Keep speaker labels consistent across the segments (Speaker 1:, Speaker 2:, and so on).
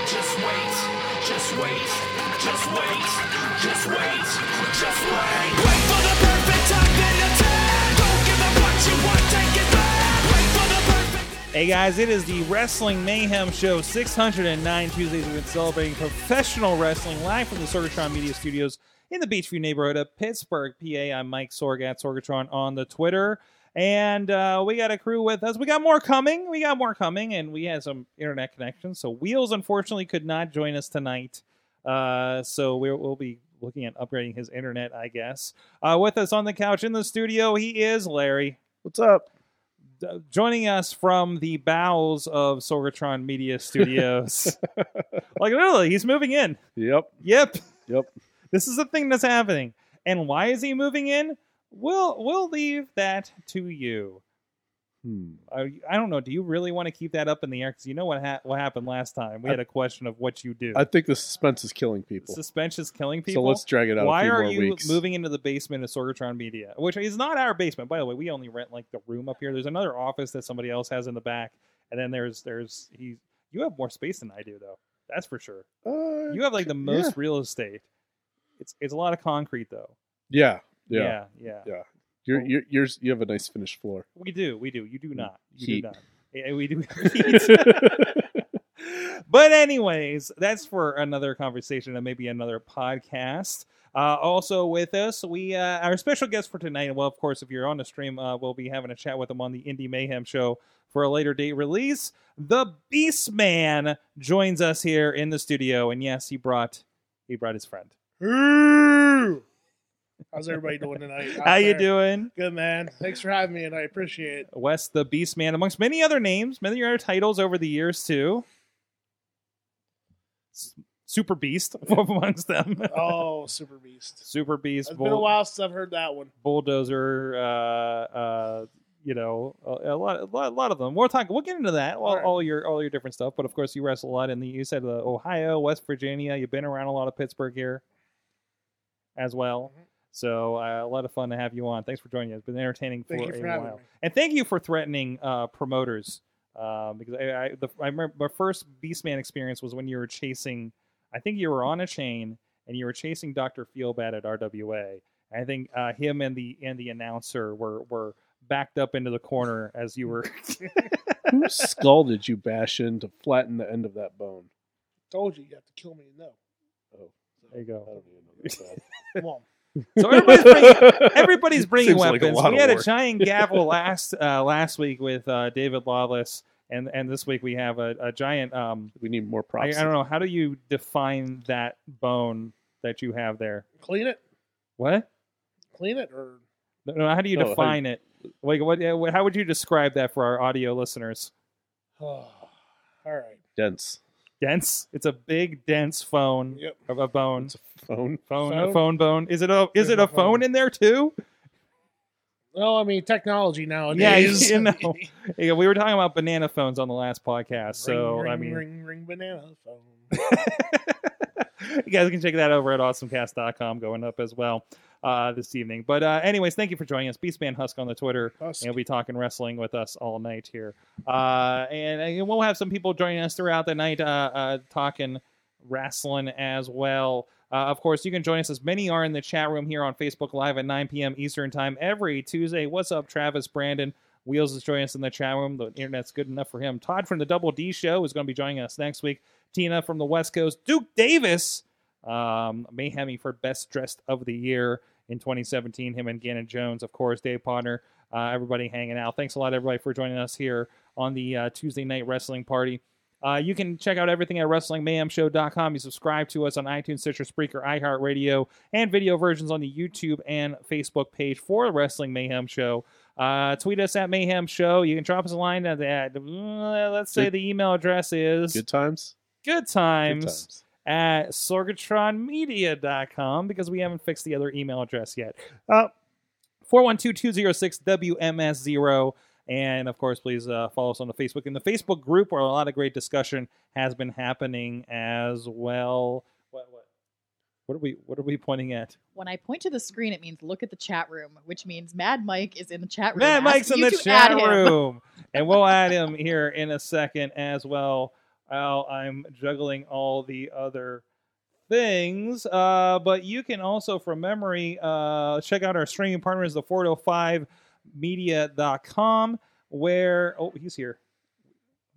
Speaker 1: Just wait, just wait, just wait, just wait, just wait. Wait for the perfect time then attack. Don't give up what you want, take it back. Wait for the perfect.
Speaker 2: Hey guys, it is the Wrestling Mayhem Show 609 Tuesdays. We've been celebrating professional wrestling live from the Sorgatron Media Studios in the Beachview neighborhood of Pittsburgh, PA. I'm Mike Sorg at Sorgatron on the Twitter. And uh, we got a crew with us. We got more coming. We got more coming. And we had some internet connections. So Wheels, unfortunately, could not join us tonight. Uh, so we're, we'll be looking at upgrading his internet, I guess. Uh, with us on the couch in the studio, he is Larry.
Speaker 3: What's up?
Speaker 2: D- joining us from the bowels of Sorgatron Media Studios. like literally, he's moving in.
Speaker 3: Yep.
Speaker 2: Yep.
Speaker 3: Yep.
Speaker 2: This is a thing that's happening. And why is he moving in? We'll we'll leave that to you.
Speaker 3: Hmm.
Speaker 2: I, I don't know. Do you really want to keep that up in the air? Because you know what ha- what happened last time. We had a question of what you do.
Speaker 4: I think the suspense is killing people.
Speaker 2: Suspension is killing
Speaker 4: So
Speaker 2: people.
Speaker 4: let's drag it out
Speaker 2: why
Speaker 4: a few
Speaker 2: are
Speaker 4: more
Speaker 2: you
Speaker 4: weeks.
Speaker 2: moving into the basement of Sorgatron Media, which is not our basement, by the way? We only rent like the room up here. There's another office that somebody else has in the back, and then there's there's he. You have more space than I do, though. That's for sure.
Speaker 4: Uh,
Speaker 2: You have like the most real estate. It's it's a lot of concrete though.
Speaker 4: yeah, yeah.
Speaker 2: Yeah, yeah.
Speaker 4: Yeah. You're, you're, yours you have a nice finished floor.
Speaker 2: We do, we do. You do not. You
Speaker 4: Mm. Heat.
Speaker 2: do not. Yeah, we do. heat. but anyways, that's for another conversation and maybe another podcast. Uh, also with us, we uh, our special guest for tonight. Well, of course, if you're on the stream, uh, we'll be having a chat with him on the Indie Mayhem show for a later date release. The Beast Man joins us here in the studio, and yes, he brought he brought his friend.
Speaker 5: How's everybody doing tonight? out
Speaker 2: How you
Speaker 5: there?
Speaker 2: doing?
Speaker 5: Good man. Thanks for having me, and I appreciate it.
Speaker 2: West the Beast Man, amongst many other names, many other titles over the years too. S- Super Beast amongst them.
Speaker 5: Oh, Super Beast.
Speaker 2: Super Beast,
Speaker 5: It's been a
Speaker 2: Bull-
Speaker 5: while since I've heard that one.
Speaker 2: Bulldozer, uh, uh, you know, a, a lot, a lot, a lot of them. We'll talk. We'll get into that. All,
Speaker 5: All right.
Speaker 2: all your, all your different stuff. But of course, you wrestle a lot in the. You said the Ohio, West Virginia. You've been around a lot of Pittsburgh here, as well.
Speaker 5: Mhm.
Speaker 2: So uh, a lot of fun to have you on. Thanks for joining us. It's been entertaining
Speaker 5: Thank
Speaker 2: for
Speaker 5: you
Speaker 2: a
Speaker 5: for having
Speaker 2: while.
Speaker 5: me.
Speaker 2: And thank you for threatening uh, promoters. Uh, because I, I, the, I remember my first Beastman experience was when you were chasing. I think you were on a chain and you were chasing Doctor Feelbad at RWA. I think uh, him and the and the announcer were were backed up into the corner as you were.
Speaker 4: Whose skull did you bash in to flatten the end of that bone?
Speaker 5: Told you you have to kill me to know.
Speaker 4: Oh,
Speaker 2: There you
Speaker 4: I
Speaker 2: go.
Speaker 4: don't even know that's bad.
Speaker 5: Come on.
Speaker 2: So everybody's bringing, everybody's bringing
Speaker 4: Seems like a
Speaker 2: weapons.
Speaker 4: lot
Speaker 2: we
Speaker 4: of
Speaker 2: had a
Speaker 4: work.
Speaker 2: giant gavel last uh, last week with uh, David Lawless, and and this week we have a, a giant. Um,
Speaker 4: We need more
Speaker 2: I, I
Speaker 4: props.
Speaker 2: don't know. How do you define that bone that you have there?
Speaker 5: Clean it.
Speaker 2: What?
Speaker 5: Clean it or
Speaker 2: No, no, how do you
Speaker 4: No, how-
Speaker 2: define it? Like what? yeah, what- How would you describe that for our audio listeners?
Speaker 5: all right.
Speaker 4: Dense.
Speaker 2: Dense. It's a big, dense phone
Speaker 5: Yep.
Speaker 2: of a bone.
Speaker 4: It's a phone.
Speaker 2: phone, a
Speaker 5: Phone?
Speaker 2: phone bone. Is it a is
Speaker 5: There's
Speaker 2: it
Speaker 5: no
Speaker 2: a phone
Speaker 5: phone.
Speaker 2: in there too?
Speaker 5: Well, I mean technology
Speaker 2: Yeah, you-
Speaker 5: nowadays.
Speaker 2: you know. Yeah, we were talking about banana phones on the last podcast, so
Speaker 5: ring,
Speaker 2: I
Speaker 5: ring,
Speaker 2: mean,
Speaker 5: ring ring banana phone.
Speaker 2: you guys can check that over at awesomecast.com going up as well uh, this evening. But uh, anyways, thank you for joining us, Beastman Husk on the Twitter.
Speaker 5: Husk.
Speaker 2: And He'll be talking wrestling with us all night here. Uh, and, uh, we'll have some people joining us throughout the night uh, uh, talking wrestling as well. Uh, of course, you can join us as many are in the chat room here on Facebook Live at 9 p.m. Eastern Time every Tuesday. What's up, Travis Brandon? Wheels is joining us in the chat room. The internet's good enough for him. Todd from the Double D Show is going to be joining us next week. Tina from the West Coast. Duke Davis, um, Mayhemmy for Best Dressed of the Year in 2017. Him and Gannon Jones, of course. Dave Potter, uh, everybody hanging out. Thanks a lot, everybody, for joining us here on the uh, Tuesday Night Wrestling Party. Uh, you can check out everything at WrestlingMayhemShow.com. You subscribe to us on iTunes, Stitcher, Spreaker, iHeartRadio, and video versions on the YouTube and Facebook page for Wrestling Mayhem Show. Uh, tweet us at Mayhem Show. You can drop us a line at that. Let's say
Speaker 4: Good-
Speaker 2: the email address is
Speaker 4: Good times.
Speaker 2: good
Speaker 4: Good
Speaker 2: times,
Speaker 4: times.
Speaker 2: at sorgatronmedia.com because we haven't fixed the other email address yet. Uh, 412-206-WMS0. And of course, please uh, follow us on the Facebook. In the Facebook group, where a lot of great discussion has been happening as well. What, what, what are we what are we pointing at?
Speaker 6: When I point to the screen, it means look at the chat room, which means Mad Mike is in the chat room.
Speaker 2: Matt
Speaker 6: Ask
Speaker 2: Mike's in
Speaker 6: you
Speaker 2: the
Speaker 6: to
Speaker 2: chat
Speaker 6: add him.
Speaker 2: room, and we'll add him here in a second as well. While I'm juggling all the other things, uh, but you can also, from memory, uh, check out our streaming partners, the 405media.com, where oh, he's here.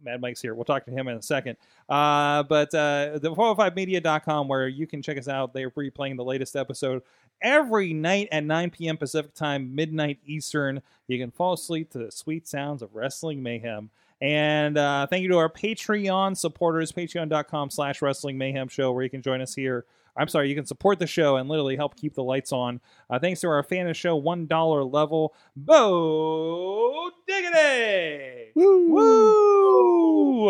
Speaker 2: Mad Mike's here. We'll talk to him in a second. Uh, but uh, the 405media.com, where you can check us out. They're replaying the latest episode every night at 9 p.m. Pacific time, midnight Eastern. You can fall asleep to the sweet sounds of wrestling mayhem. And uh, thank you to our Patreon supporters, patreon.com slash wrestling mayhem show, where you can join us here. I'm sorry, you can support the show and literally help keep the lights on. Uh, thanks to our fan of the show, $1 level, Bo Diggity! Woo!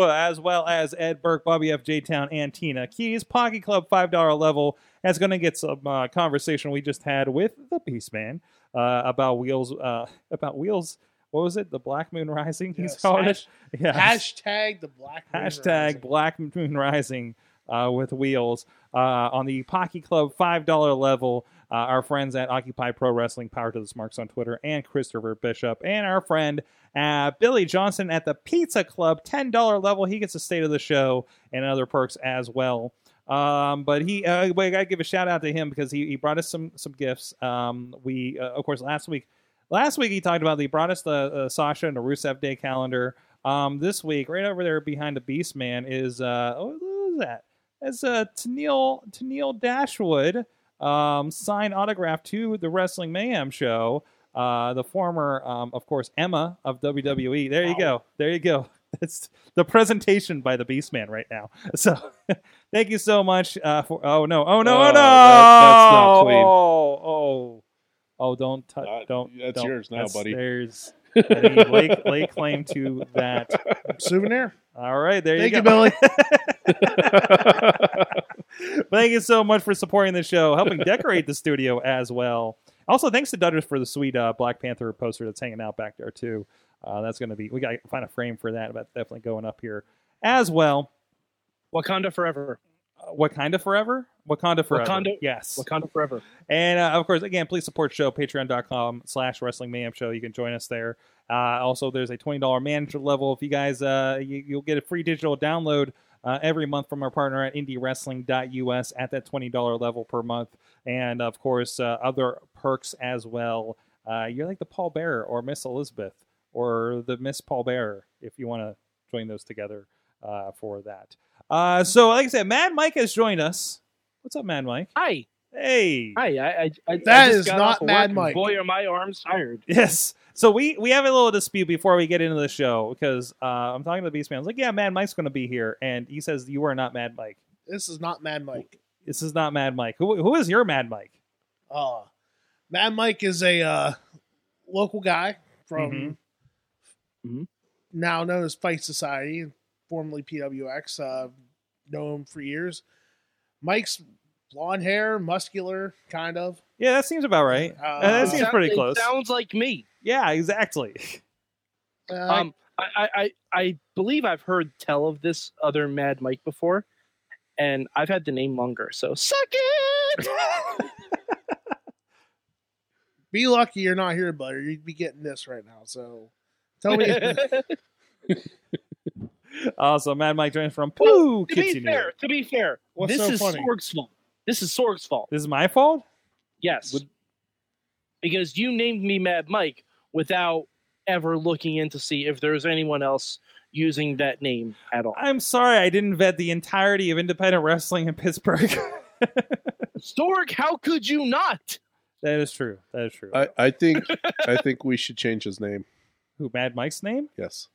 Speaker 2: As well as Ed Burke, Bobby F. J. Town, and Tina Keys. Pocket Club, $5 level, that's going to get some uh, conversation we just had with the Beast Man uh, about wheels. Uh, about wheels. What was it? The Black Moon Rising. He's
Speaker 5: Yes,
Speaker 2: called
Speaker 5: hash-
Speaker 2: it. Yeah.
Speaker 5: Hashtag the black. Moon
Speaker 2: Hashtag
Speaker 5: Rising.
Speaker 2: Black Moon Rising uh, with wheels uh, on the Pocky Club five dollar level. Uh, our friends at Occupy Pro Wrestling, Power to the Smarks on Twitter, and Christopher Bishop, and our friend uh, Billy Johnson at the Pizza Club ten dollar level. He gets a state of the show and other perks as well. Um, but he, uh, but I gotta give a shout out to him because he, he brought us some some gifts. Um, we uh, of course last week last week he talked about he brought us the uh, Sasha and the Rusev Day calendar. Um, this week, right over there behind the Beast Man is uh, oh, what is that? That's uh, Tennille Tennille Dashwood um, signed autograph to the Wrestling Mayhem show. Uh, the former, um, of course, Emma of WWE. There you go. There you go. It's the presentation by the Beast Man right now. So, thank you so much uh, for. Oh no! Oh no! oh
Speaker 4: Oh,
Speaker 2: no!
Speaker 4: that- that's not clean.
Speaker 2: Oh oh oh! Don't touch!
Speaker 4: Uh,
Speaker 2: don't.
Speaker 4: that's
Speaker 2: don't-
Speaker 4: yours now, buddy.
Speaker 2: There's. any lay, lay claim to that.
Speaker 5: souvenir.
Speaker 2: All right, there
Speaker 5: Thank
Speaker 2: you
Speaker 5: you,
Speaker 2: go.
Speaker 5: Billy.
Speaker 2: Thank you so much for supporting the show, helping decorate the studio as well. Also, thanks to Dudders for the sweet uh, Black Panther poster that's hanging out back there too. Uh, that's going to be we got to find a frame for that. That's definitely going up here as well.
Speaker 7: Wakanda forever.
Speaker 2: Uh, Wakanda forever. Wakanda forever.
Speaker 7: Wakanda-
Speaker 2: Yes.
Speaker 7: Wakanda forever.
Speaker 2: And uh, of course, again, please support the show patreon.com slash wrestling mayhem show. You can join us there. Uh, also, there's a twenty dollar manager level. If you guys, uh, you, you'll get a free digital download uh, every month from our partner at indiewrestling.us at that twenty dollar level per month, and of course, uh, other perks as well. Uh, you're like the Paul Bearer or Miss Elizabeth or the Miss Paul Bearer if you want to join those together uh, for that. Uh, so, like I said, Mad Mike has joined us. What's up, Mad Mike?
Speaker 7: Hi,
Speaker 2: Hey.
Speaker 7: hi. I, I, I
Speaker 5: That
Speaker 7: I just
Speaker 5: is
Speaker 7: got
Speaker 5: not
Speaker 7: off of
Speaker 5: Mad
Speaker 7: work and
Speaker 5: Mike.
Speaker 7: Boy, are my arms tired.
Speaker 2: Yes. So we we have a little dispute before we get into the show because uh, I'm talking to the Beast Man. I was like, "Yeah, Mad Mike's going to be here," and he says, "You are not Mad Mike.
Speaker 5: This is not Mad Mike.
Speaker 2: This is not Mad Mike. Who who is your Mad Mike?"
Speaker 5: Uh, Mad Mike is a uh, local guy from
Speaker 2: Mm-hmm.
Speaker 7: Mhm.
Speaker 5: Mm-hmm. now known as Fight Society, formerly PWX. Uh, know him for years. Mike's blonde hair, muscular, kind of.
Speaker 2: Yeah, that seems about right.
Speaker 5: Uh,
Speaker 2: Uh, that
Speaker 5: it
Speaker 2: seems
Speaker 7: sound-
Speaker 2: pretty
Speaker 7: it
Speaker 2: close.
Speaker 7: sounds like me.
Speaker 2: yeah, exactly.
Speaker 5: Uh,
Speaker 7: Um, I, I, I, I believe I've heard tell of this other Mad Mike before, and I've had the name longer. So suck it.
Speaker 5: be lucky you're not here, buddy. You'd be getting this right now. So tell me.
Speaker 2: Also, Mad Mike joins from Pooh
Speaker 7: to be
Speaker 2: Kitchen.
Speaker 7: fair, to be fair,
Speaker 5: What's
Speaker 7: this
Speaker 5: so
Speaker 7: is
Speaker 5: funny?
Speaker 7: Sorg's fault. This is Sorg's fault.
Speaker 2: This is my fault.
Speaker 7: Yes,
Speaker 2: Would-
Speaker 7: because you named me Mad Mike without ever looking in to see if there's anyone else using that name at all.
Speaker 2: I'm sorry, I didn't vet the entirety of independent wrestling in Pittsburgh.
Speaker 7: Sorg, how could you not?
Speaker 2: that is true. That is true.
Speaker 4: I, I think I think we should change his name.
Speaker 2: Who Mad Mike's name?
Speaker 4: Yes.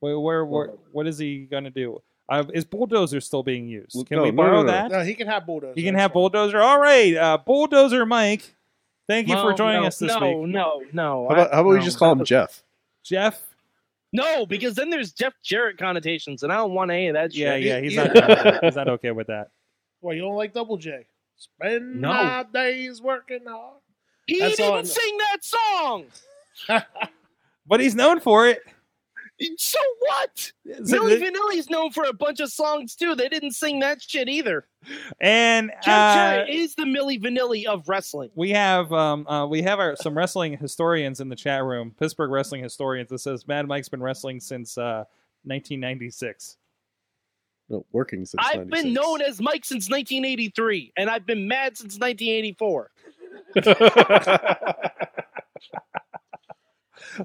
Speaker 2: Where, where, where what is he going to do? Uh, is bulldozer still being used? Can
Speaker 4: No,
Speaker 2: we
Speaker 4: no,
Speaker 2: borrow
Speaker 4: no, no.
Speaker 2: that?
Speaker 5: no, uh, he can have bulldozer.
Speaker 2: You can
Speaker 5: That's
Speaker 2: have
Speaker 5: fine.
Speaker 2: Bulldozer. All right, uh, Bulldozer Mike. Thank you for
Speaker 7: No,
Speaker 2: joining
Speaker 7: no,
Speaker 2: us this
Speaker 7: no,
Speaker 2: week,
Speaker 7: No, no,
Speaker 4: How about how about we
Speaker 7: no.
Speaker 4: just call him Jeff?
Speaker 2: Jeff.
Speaker 7: No, because then there's Jeff Jarrett connotations, and I don't want any of that shit.
Speaker 2: Yeah, yeah, he's
Speaker 5: Yeah.
Speaker 2: not. he's not okay with that.
Speaker 5: Why you don't like Double J? Spend
Speaker 7: No.
Speaker 5: my days working hard.
Speaker 7: He
Speaker 5: That's all I
Speaker 7: didn't
Speaker 5: know.
Speaker 7: sing that song.
Speaker 2: But he's known for it.
Speaker 7: So what?
Speaker 2: So-
Speaker 7: Millie Vanilli's known for a bunch of songs too. They didn't sing that shit either.
Speaker 2: and
Speaker 7: Jim
Speaker 2: uh,
Speaker 7: Jarrett is the Millie Vanilli of wrestling.
Speaker 2: we have um, uh, we have our some wrestling historians in the chat room. Pittsburgh wrestling historians. It says Mad Mike's been wrestling since uh, 1996.
Speaker 4: No, working since
Speaker 7: I've been
Speaker 4: 96.
Speaker 7: known as Mike since 1983, and I've been mad since 1984.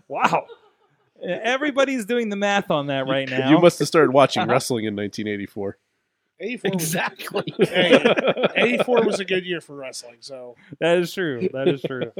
Speaker 2: Wow. E-, Everybody's doing the math on that right now.
Speaker 4: You must have started watching wrestling in 1984.
Speaker 5: 84, was,
Speaker 7: Exactly.
Speaker 5: hey, 84 was a good year for wrestling, so
Speaker 2: That is true. That is true.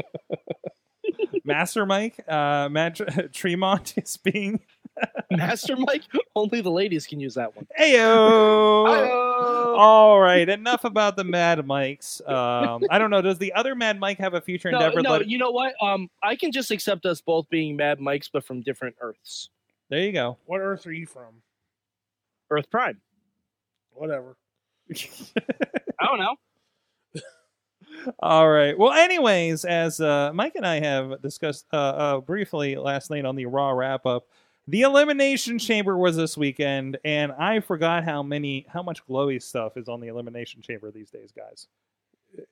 Speaker 2: Master Mike, uh, Matt Tr- Tremont is being
Speaker 7: Master Mike, only the ladies can use that one.
Speaker 2: Ayo.
Speaker 7: Oh.
Speaker 2: All right, enough about the Mad Mics. Um, I don't know. Does the other Mad Mike have a future
Speaker 7: No,
Speaker 2: endeavor?
Speaker 7: no,
Speaker 2: Let-
Speaker 7: you know what? Um, I can just accept us both being Mad Mikes, but from different Earths.
Speaker 2: there you go.
Speaker 5: what earth are you from?
Speaker 7: Earth Prime.
Speaker 5: Whatever.
Speaker 7: I don't know.
Speaker 2: All right. Well, anyways, as uh, Mike and I have discussed uh, uh, briefly last night on the Raw wrap up, the Elimination Chamber was this weekend, and I forgot how many, how much glowy stuff is on the Elimination Chamber these days, guys.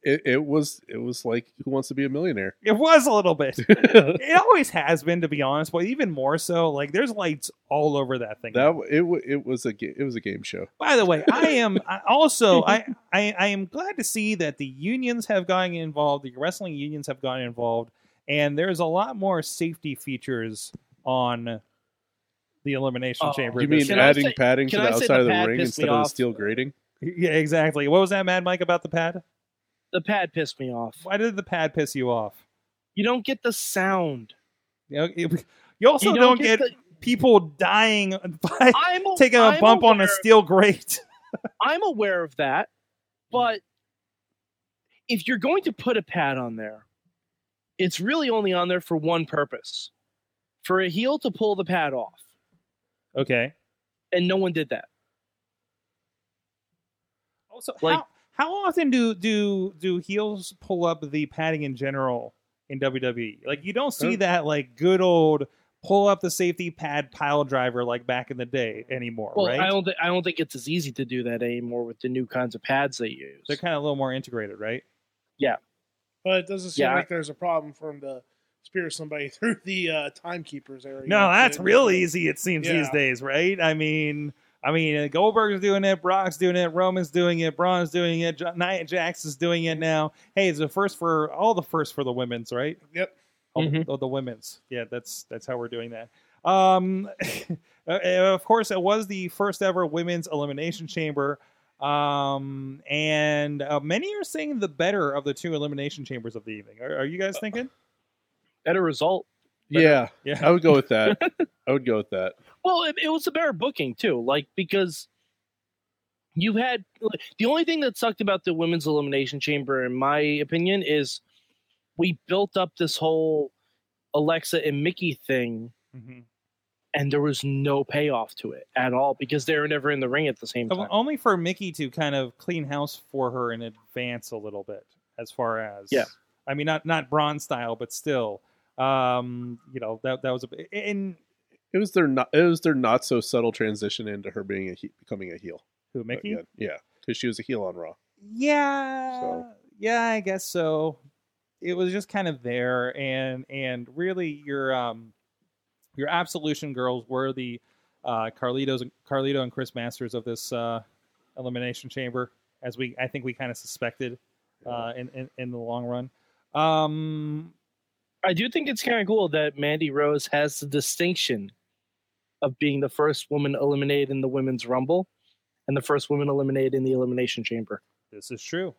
Speaker 4: It, it was it was like Who Wants to Be a Millionaire?
Speaker 2: It was a little bit. it always has been, to be honest, but even more so. Like, there's lights all over that thing.
Speaker 4: That w- it wa- it was a ga- it was a game show.
Speaker 2: By the way, I am I also I, I I am glad to see that the unions have gotten involved, the wrestling unions have gotten involved, and there's a lot more safety features on the elimination
Speaker 7: Oh,
Speaker 2: chamber.
Speaker 4: You
Speaker 2: this
Speaker 4: mean
Speaker 7: Can
Speaker 2: year.
Speaker 7: I
Speaker 4: adding
Speaker 7: say-
Speaker 4: padding to
Speaker 7: can
Speaker 4: the
Speaker 7: I say
Speaker 4: outside
Speaker 7: the
Speaker 4: of the
Speaker 7: pad
Speaker 4: ring
Speaker 7: pissed me
Speaker 4: instead of the
Speaker 7: off?
Speaker 4: steel grating?
Speaker 2: yeah, exactly. What was that, Mad Mike, about the pad?
Speaker 7: The pad pissed me off.
Speaker 2: Why did the pad piss you off?
Speaker 7: You don't get the sound.
Speaker 2: You, know, you- you also
Speaker 7: you
Speaker 2: don't, get,
Speaker 7: the-
Speaker 2: people dying by
Speaker 7: I'm a-
Speaker 2: taking a
Speaker 7: I'm
Speaker 2: bump on a
Speaker 7: aware of-
Speaker 2: steel grate.
Speaker 7: I'm aware of that,
Speaker 2: Mm-hmm.
Speaker 7: but if you're going to put a pad on there, it's really only on there for one purpose for a heel to pull the pad off.
Speaker 2: Okay.
Speaker 7: And no one did that.
Speaker 2: Also,
Speaker 7: Like-
Speaker 2: how, how often do do do heels pull up the padding in general in WWE? Like you don't see
Speaker 4: Huh?
Speaker 2: that like good old pull up the safety pad pile driver like back in the day anymore,
Speaker 7: Well,
Speaker 2: right?
Speaker 7: I don't. Th- I don't think it's as easy to do that anymore with the new kinds of pads they use.
Speaker 2: They're kind of a little more integrated, right?
Speaker 5: But it doesn't seem
Speaker 7: Yeah.
Speaker 5: like there's a problem for him to spear somebody through the uh, timekeepers area.
Speaker 2: No, that's
Speaker 5: It-
Speaker 2: real easy. It seems these
Speaker 5: Yeah.
Speaker 2: days, right? I mean. I mean, uh, Goldberg's doing it, Brock's doing it, Roman's doing it, Braun's doing it, J- Nia Jax is doing it now. Hey, it's the first for all the first for the women's, right?
Speaker 5: Yep.
Speaker 2: Oh,
Speaker 7: Mhm.
Speaker 2: the, the women's. Yeah, that's that's how we're doing that. Um, uh, of course, it was the first ever women's elimination chamber, um, and uh, many are saying the better of the two elimination chambers of the evening. Are, are you
Speaker 5: Uh,
Speaker 2: guys thinking?
Speaker 7: better result. Better.
Speaker 4: Yeah,
Speaker 2: Yeah.
Speaker 4: I would go with that. I would go with that.
Speaker 7: Well, it, it was a better booking too. Like because you had the only thing that sucked about the women's elimination chamber, in my opinion, is we built up this whole Alexa and Mickey thing,
Speaker 5: mm-hmm.
Speaker 2: Mhm.
Speaker 7: and there was no payoff to it at all because they were never in the ring at the same time.
Speaker 2: Only for Mickey to kind of clean house for her in advance a little bit, as far as
Speaker 7: Yeah.
Speaker 2: I mean, not not bronze style, but still, um, you know, that that was a in
Speaker 4: It was their not it was their not so subtle transition into her being a he- becoming a heel.
Speaker 2: who Mickey.
Speaker 4: Again. Yeah, because she was a heel on Raw.
Speaker 2: Yeah.
Speaker 4: So-
Speaker 2: Yeah, I guess so. It was just kind of there and and really your um your absolution girls were the uh Carlitos and Carlito and Chris Masters of this uh elimination chamber as we I think we kind of suspected uh in, in in the long run. Um
Speaker 7: I do think it's kind of cool that Mandy Rose has the distinction of being the first woman eliminated in the women's rumble and the first woman eliminated in the elimination chamber.
Speaker 2: This is true.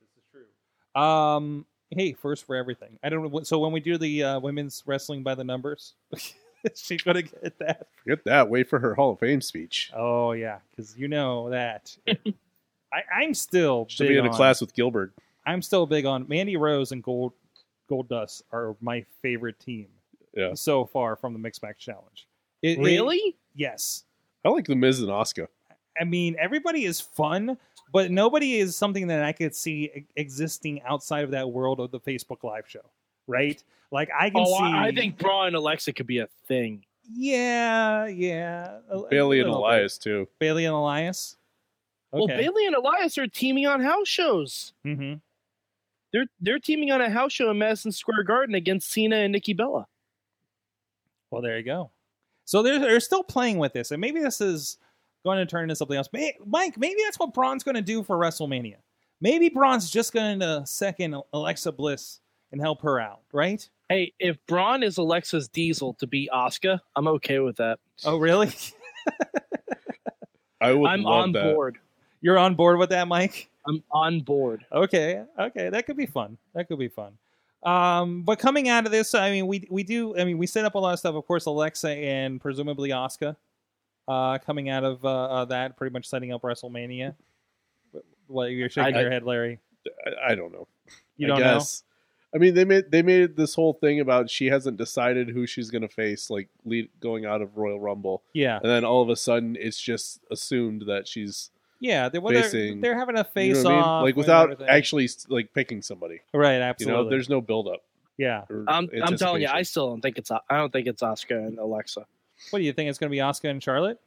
Speaker 2: This is true. Um, hey, first for everything. I don't know. What, so when we do the uh, women's wrestling by the numbers, she's gonna get that.
Speaker 4: Forget that. Wait for her Hall of Fame speech.
Speaker 2: Oh yeah, because you know that. I, I'm still
Speaker 4: She'll
Speaker 2: big
Speaker 4: be in
Speaker 2: on-
Speaker 4: a class with Gilbert.
Speaker 2: I'm still big on Mandy Rose and Gold Gold Dust are my favorite team.
Speaker 4: Yeah.
Speaker 2: So far from the Mixed Match Challenge. It- it-
Speaker 7: Really?
Speaker 2: yes.
Speaker 4: I like the Miz and Oscar.
Speaker 2: I mean, everybody is fun, but nobody is something that I could see e- existing outside of that world of the Facebook Live show, right? Like I can
Speaker 7: Oh,
Speaker 2: see.
Speaker 7: I, I think Bra and Alexa could be a thing.
Speaker 2: Yeah, yeah. a- a
Speaker 4: Bailey and
Speaker 2: little bit.
Speaker 4: Elias too.
Speaker 2: Bailey and Elias.
Speaker 7: Well, Bailey and Elias are teaming on house shows.
Speaker 2: hmm
Speaker 7: They're they're teaming on a house show in Madison Square Garden against Cena and Nikki Bella.
Speaker 2: Well, there you go. So they're, they're still playing with this, and maybe this is going to turn into something else. May, Mike, maybe that's what Braun's going to do for WrestleMania. Maybe Braun's just going to second Alexa Bliss and help her out, right?
Speaker 7: Hey, if Braun is Alexa's diesel to beat Oscar, I'm okay with that.
Speaker 2: Oh, really?
Speaker 4: I would
Speaker 7: I'm
Speaker 4: love
Speaker 7: on
Speaker 4: that.
Speaker 7: board.
Speaker 2: You're on board with that, Mike?
Speaker 7: I'm on board.
Speaker 2: Okay, okay, that could be fun. That could be fun. Um, but coming out of this, I mean, we we do. I mean, we set up a lot of stuff. Of course, Alexa and presumably Oscar, uh, coming out of uh, uh, that, pretty much setting up WrestleMania. Well, you're shaking
Speaker 4: I-
Speaker 2: your head, Larry.
Speaker 4: I, I don't know.
Speaker 2: You
Speaker 4: I
Speaker 2: don't know.
Speaker 4: guess. I mean, they made they made this whole thing about she hasn't decided who she's going to face, like lead, going out of Royal Rumble,
Speaker 2: Yeah,
Speaker 4: and then all of a sudden it's just assumed that she's
Speaker 2: yeah. They, well, they're,
Speaker 4: Facing-
Speaker 2: they're having a
Speaker 4: you
Speaker 2: face
Speaker 4: know what I mean?
Speaker 2: off,
Speaker 4: like
Speaker 2: and
Speaker 4: without
Speaker 2: everything.
Speaker 4: actually like picking somebody.
Speaker 2: right?
Speaker 4: You
Speaker 2: Absolutely.
Speaker 4: know, there's no build up.
Speaker 2: yeah.
Speaker 7: I'm, I'm telling you, I still don't think it's O- I don't think it's Oscar and Alexa.
Speaker 2: What do you think? It's going to be Oscar and Charlotte.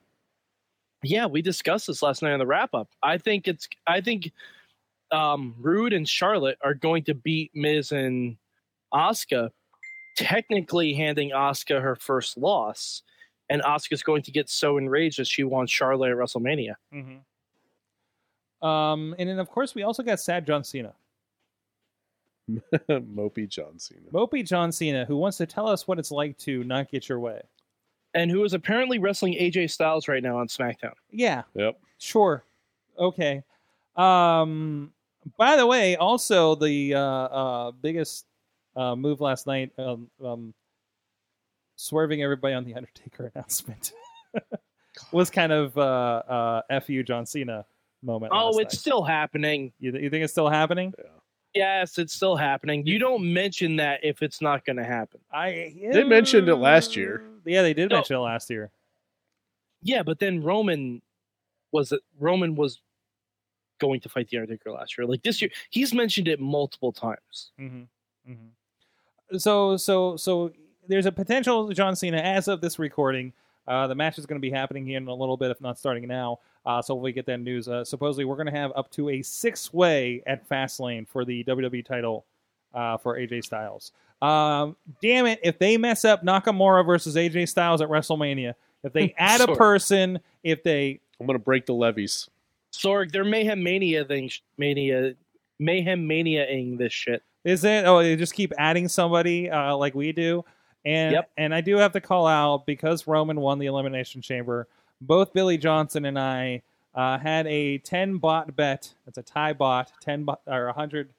Speaker 7: Yeah, we discussed this last night on the wrap up. I think it's I think um Rude and Charlotte are going to beat Miz and Oscar, technically handing Oscar her first loss, and Oscar's going to get so enraged that she wants Charlotte at WrestleMania.
Speaker 2: Mm-hmm. Um, and then of course we also got sad John Cena.
Speaker 4: Mopey John Cena.
Speaker 2: Mopey John Cena, who wants to tell us what it's like to not get your way.
Speaker 7: And who is apparently wrestling AJ Styles right now on SmackDown.
Speaker 2: Yeah,
Speaker 4: Yep.
Speaker 2: sure. Okay. Um by the way, also the uh uh biggest uh move last night um, um swerving everybody on the Undertaker announcement was kind of uh uh F you John Cena moment.
Speaker 7: Oh,
Speaker 2: last
Speaker 7: it's
Speaker 2: night.
Speaker 7: still happening.
Speaker 2: you, th- you think it's still happening?
Speaker 7: Yes, it's still happening. You don't mention that if it's not going to happen.
Speaker 2: I
Speaker 4: They mentioned it last year.
Speaker 2: Yeah, they did
Speaker 7: No.
Speaker 2: mention it last year.
Speaker 7: Yeah, but then Roman was Roman was going to fight the Undertaker last year. Like this year, he's mentioned it multiple times.
Speaker 2: Mm-hmm. Mm-hmm. So, so, so there's a potential John Cena as of this recording. Uh, the match is going to be happening here in a little bit, if not starting now. Uh, so we get that news. Uh, supposedly, we're going to have up to a six-way at Fastlane for the WWE title uh, for AJ Styles. Um, damn it! If they mess up Nakamura versus AJ Styles at WrestleMania, if they add a
Speaker 7: Sorry.
Speaker 2: person, if they
Speaker 4: I'm gonna break the levees.
Speaker 7: Sorg, they're mayhem mania thing, mania, mayhem maniaing this shit.
Speaker 2: Is it? Oh, they just keep adding somebody uh, like we do. And
Speaker 7: Yep.
Speaker 2: and I do have to call out because Roman won the elimination chamber. Both Billy Johnson and I uh, had a ten bot bet. That's a tie bot. Ten bot or hundred?